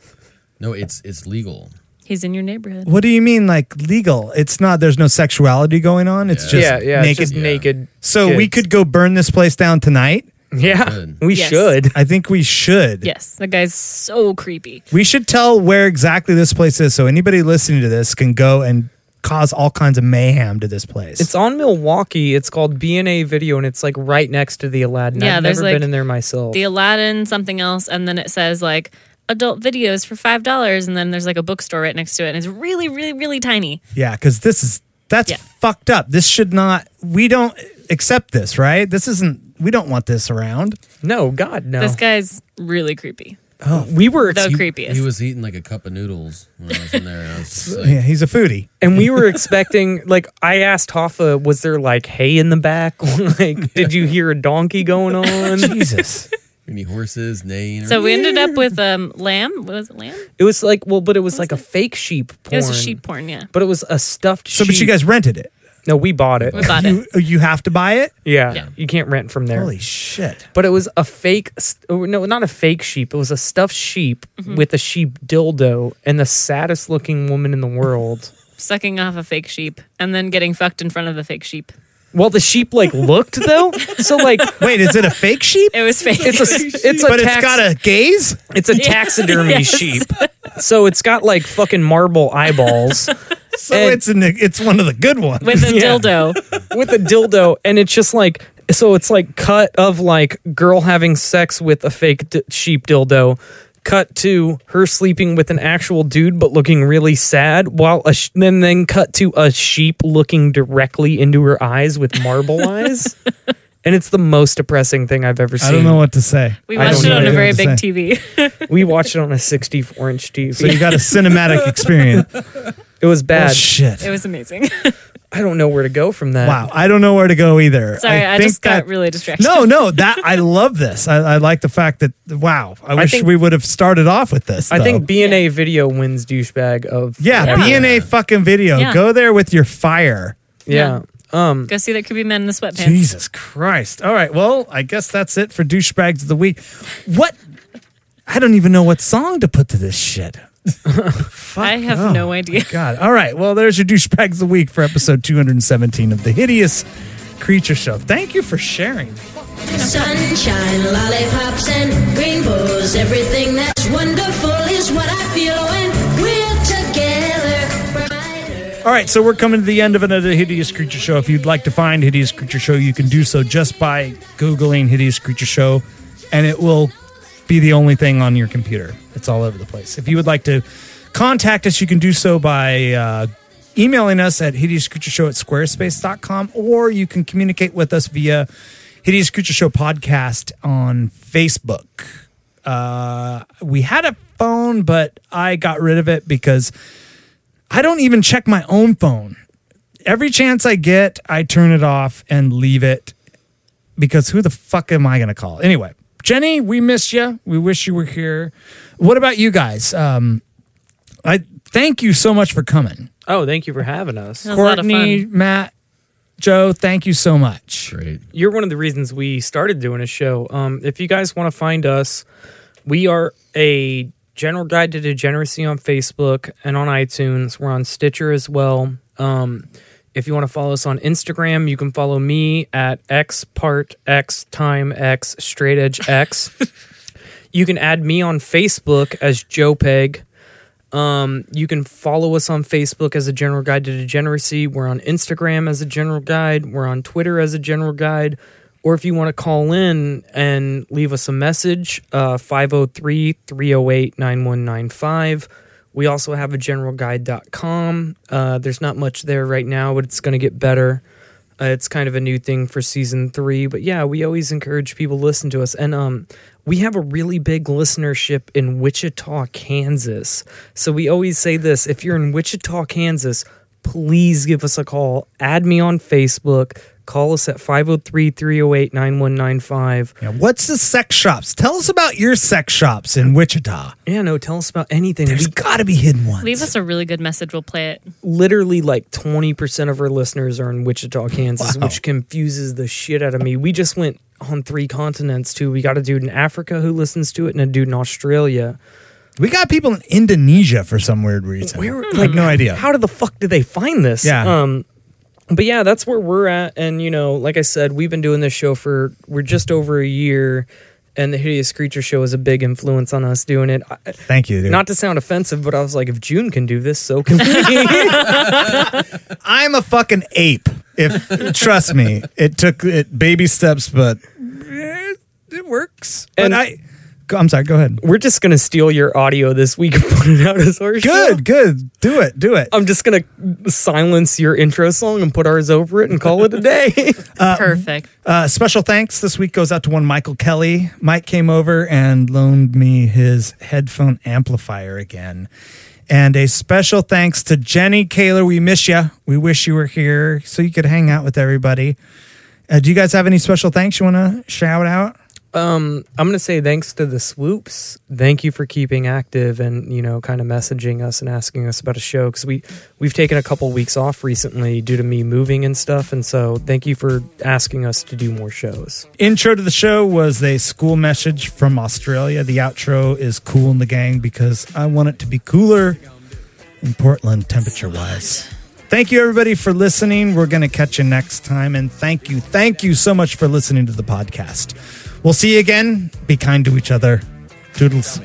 E: No, it's it's legal.
D: He's in your neighborhood.
A: What do you mean, like legal? It's not. There's no sexuality going on. It's just
F: yeah, yeah,
A: naked.
F: naked, just naked.
A: so we
F: kids.
A: could go burn this place down tonight.
F: (laughs) Yeah, we
D: Yes.
F: should.
A: I think we should.
D: Yes. The guy's so creepy.
A: We should tell where exactly this place is, so anybody listening to this can go and cause all kinds of mayhem to this place.
F: It's on Milwaukee. It's called BNA Video, and it's like right next to the Aladdin.
D: Yeah,
F: I've
D: there's,
F: never
D: like,
F: been in there myself.
D: The Aladdin, something else, and then it says like adult videos for five dollars, and then there's like a bookstore right next to it, and it's really, really, really tiny.
A: Yeah, because this is that's fucked up. This should not. We don't accept this, right? This isn't. We don't want this around.
F: No, God, no.
D: This guy's really creepy.
A: Oh,
F: we were
D: The creepiest.
E: He was eating like a cup of noodles when I was in there. And I was just like,
A: yeah, he's a foodie.
F: and we were expecting. (laughs) Like, I asked Hoffa, was there like hay in the back?
A: (laughs)
F: (laughs) like, did you hear a donkey going on? (laughs)
A: Jesus,
E: any horses neighing? or-
D: So we ended up with um lamb. Was it lamb?
F: it was like well, but it was like a fake sheep porn.
D: It was a sheep porn, yeah.
F: but it was a stuffed.
A: So, but you
F: sheep.
A: guys rented it.
F: No, we bought it.
D: We bought it.
F: (laughs)
A: You you have to buy it.
F: Yeah, you can't rent from there.
A: Holy shit!
F: but it was a fake st- oh, no not a fake sheep it was a stuffed sheep
D: Mm-hmm.
F: with a sheep dildo and the saddest looking woman in the world
D: Sucking off a fake sheep and then getting fucked in front of the fake sheep.
F: well the sheep like looked though so like
A: Wait, is it a fake sheep?
D: It
F: (laughs)
D: was fake.
F: it's
D: (laughs)
F: a it's a
A: but it's
F: tax-
A: got a gaze.
F: it's a taxidermy
D: Yes.
F: sheep so it's got like fucking marble
D: (laughs)
F: eyeballs
A: So
F: And-
A: it's an, it's one of the good ones.
D: with a
F: (laughs) Yeah.
D: dildo.
F: with a dildo and it's just like so it's like cut of like girl having sex with a fake d- sheep dildo cut to her sleeping with an actual dude but looking really sad while a sh- then then cut to a sheep looking directly into her eyes with
A: (laughs)
F: marble eyes and it's the most depressing thing i've ever seen
A: I don't know what to say.
D: We
F: I
D: watched
F: don't
D: it on
F: know
D: a very
A: what to say.
D: big TV.
F: we watched it on a 64
A: (laughs)
F: inch tv
A: So you got a
D: (laughs)
A: cinematic experience.
F: it was bad
A: Oh, shit.
D: (laughs) It
A: (laughs)
D: was amazing.
F: i don't know where to go from that
A: Wow, I don't know where to go either.
D: Sorry, I,
A: think
D: just got
A: that-
D: really distracted. (laughs)
A: No, no, that I love this. I, I like the fact that wow. I, wish
F: think-
A: we would have started off with this.
F: i
A: though.
F: think bna video wins douchebag of
A: Yeah,
D: Yeah.
A: B and A fucking video.
D: Yeah.
A: Go there with your fire.
F: yeah. um
D: Go see that creepy man in the sweatpants.
A: Jesus Christ. All right. Well, I guess that's it for douchebags of the week. What? I don't even know what song to put to this shit.
D: I have
A: Oh,
D: no idea.
A: (laughs) God. All right. Well, there's your douchebags of the week for episode 217 of the hideous creature show. Thank you for sharing.
M: Sunshine, lollipops, and rainbows. Everything that's wonderful is what I feel when we're together.
A: All right, so we're coming to the end of another Hideous Creature Show. If you'd like to find Hideous Creature Show, you can do so just by Googling Hideous Creature Show, and it will be the only thing on your computer. It's all over the place. If you would like to contact us, you can do so by uh, emailing us at hideouscreatureshow at squarespace.com, or you can communicate with us via Hideous Creature Show podcast on Facebook. Uh, we had a phone, but I got rid of it because I don't even check my own phone. Every chance I get, I turn it off and leave it because who the fuck am I going to call? Anyway, Jenny, we miss you. We wish you were here. What about you guys? Um, I thank you so much for coming.
F: oh thank you for having us
D: That was a lot of
A: Courtney,
D: fun.
A: Matt, Joe, thank you so much.
E: Great.
F: you're one of the reasons we started doing a show. Um, if you guys want to find us, we are a general guide to degeneracy on Facebook and on iTunes. We're on Stitcher as well. Um, if you want to follow us on Instagram, you can follow me at X part X time X straight edge X. You can add me on Facebook as Joe Peg. Um, you can follow us on Facebook as a general guide to degeneracy. We're on Instagram as a general guide. We're on Twitter as a general guide. Or if you want to call in and leave us a message, uh, 503 308 9195. We also have a generalguide.com. Uh, there's not much there right now, but it's going to get better. Uh, it's kind of a new thing for season three, but yeah, we always encourage people to listen to us. And um, we have a really big listenership in Wichita, Kansas. So we always say this if you're in Wichita, Kansas, please give us a call. Add me on Facebook. Call us at 503 308 9195.
A: What's the sex shops? Tell us about your sex shops in Wichita.
F: Yeah, no, tell us about anything.
A: There's got to be hidden ones.
D: (laughs) Leave us a really good message. We'll play it.
F: literally like 20% of our listeners are in Wichita, Kansas,
D: Wow.
F: which confuses the shit out of me. We just went on three continents too. We got a dude in Africa who listens to it and a dude in Australia.
A: We got people in Indonesia for some weird reason. Where, like, no idea.
F: How do the fuck did they find this?
A: Yeah.
F: Um but yeah, that's where we're at and you know, like I said, we've been doing this show for we're just over a year and the Hideous Creature show is a big influence on us doing it. I,
A: Thank you. Dude.
F: not to sound offensive, but I was like if June can do this, so can we. (laughs)
A: I'm a fucking ape. If trust me, it took it baby steps, but it works. But
F: And-
A: I, go- I'm sorry. Go ahead.
F: We're just gonna steal your audio this week and put it out as our show.
A: Good, good. Do it, do it.
F: I'm just gonna silence your intro song and put ours over it and call it a day. (laughs)
D: Perfect.
A: Uh, special thanks this week goes out to one Michael Kelly. Mike came over and loaned me his headphone amplifier again. And a special thanks to Jenny Kaler. We miss you. We wish you were here so you could hang out with everybody. Uh, do you guys have any special thanks you want to shout out?
F: Um, I'm gonna say thanks to the swoops. Thank you for keeping active and you know, kind of messaging us and asking us about a show because we we've taken a couple weeks off recently due to me moving and stuff. And so, thank you for asking us to do more shows.
A: Intro to the show was a school message from Australia. The outro is cool in the gang because I want it to be cooler in Portland temperature wise. Thank you everybody for listening. We're going to catch you next time and thank you. Thank you so much for listening to the podcast. We'll see you again. Be kind to each other. Toodles.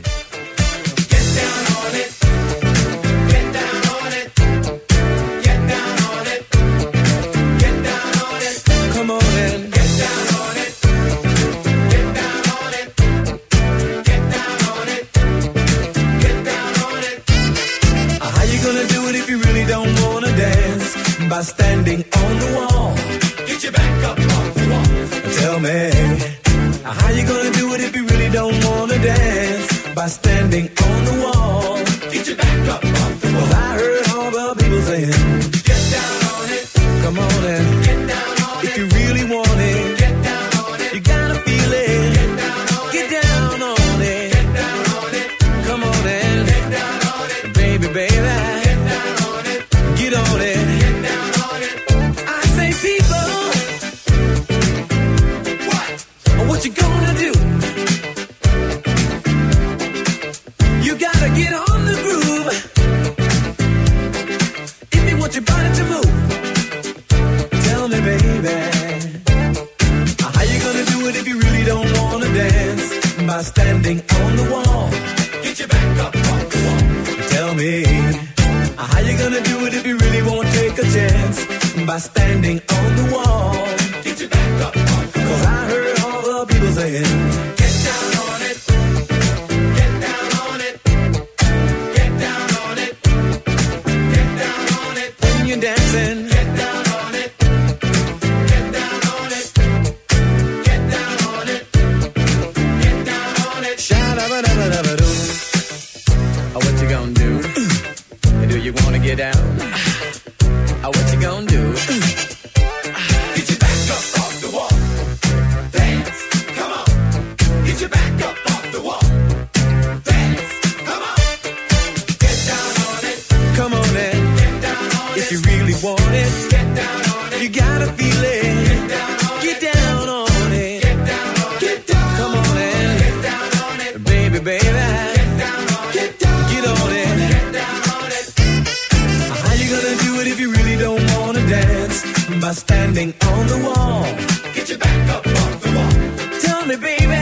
I: Come on in. Get down on it. Get down on it. Get down on it. Get down on it. Uh, How you gonna do it if you really don't wanna dance? By standing on the wall. Get your back up off the wall. Tell me. uh, How you gonna do it if you really don't wanna dance? By standing on the wall. Get your back up off the wall. 'Cause I heard all the people saying. Get down on it. Come on in. Get down on it. If you really want it. Get down on it. You gotta feel it. Get down on it. Get down on it. Get down on it. Come on in. Get down on it. Baby, baby. Get down on it. Get on it. Get down on it. I say people. What? What you gonna do? You gotta get on the groove. If you want your body to move. Tell me, baby, how you gonna do it if you really don't wanna dance? By standing on the wall, get your back up off the wall. Tell me, how you gonna do it if you really won't take a chance? By standing on the wall, get your back up off the wall. 'Cause I heard all the people saying, get down on it, get down on it, get down on it, get down on it. When you're dancing, get down on it. Get down on it. Get down on it. Get down on it. Sha-da-ba-da-ba-da-ba-doo.
N: Oh, what you gonna do? do you wanna get out? Oh, what you gonna do?
I: Get your back up off the wall. Dance. Come on. Get your back up off the wall. Dance. Come on. Get down on it. Come on in. Get down on it. If you really want it. Get down on it. You gotta feel it. Get down on it. Get down on it. Get down on it. Get down. Come on in. Get down on it. Baby, baby. Get down on it. Get down. Get on it. Get down on it. How you gonna do it if you really don't wanna dance? By standing on the wall. Get your back up off the wall. Tell me, baby.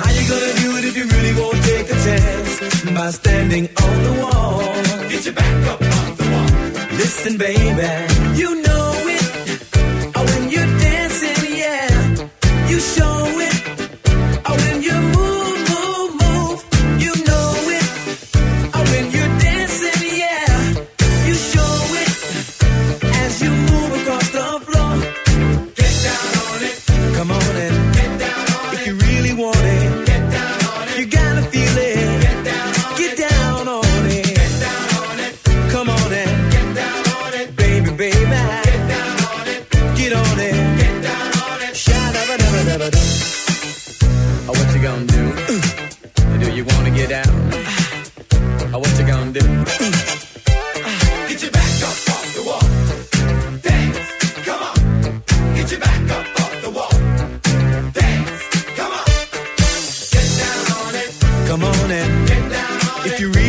I: How you gonna do it if you really won't take a chance by standing on the wall? Get your back up off the wall. Listen, baby, you know it. Oh, when you're dancing, yeah, you show it. Oh, when you move, move, move, you know it. Oh, when you're dancing, yeah, you show it as you move across the floor. Get down on it. Come on and get down on it. If you really want it. Get down on it. You gotta feel it. Get down on it. Get down on it. Get down on it. Come on and get down on it. Baby, baby. Get down on it. Get on it. Get down on it. Sha-da-ba-da-ba-da-ba-da.
N: Oh, what you gonna do? (clears throat) do you wanna get out? Oh, what you gonna do?
I: Get your back up off the wall. Dance, come on. Get your back up off the wall. Dance, come on. Get down on it. Come on and get down on if it. you really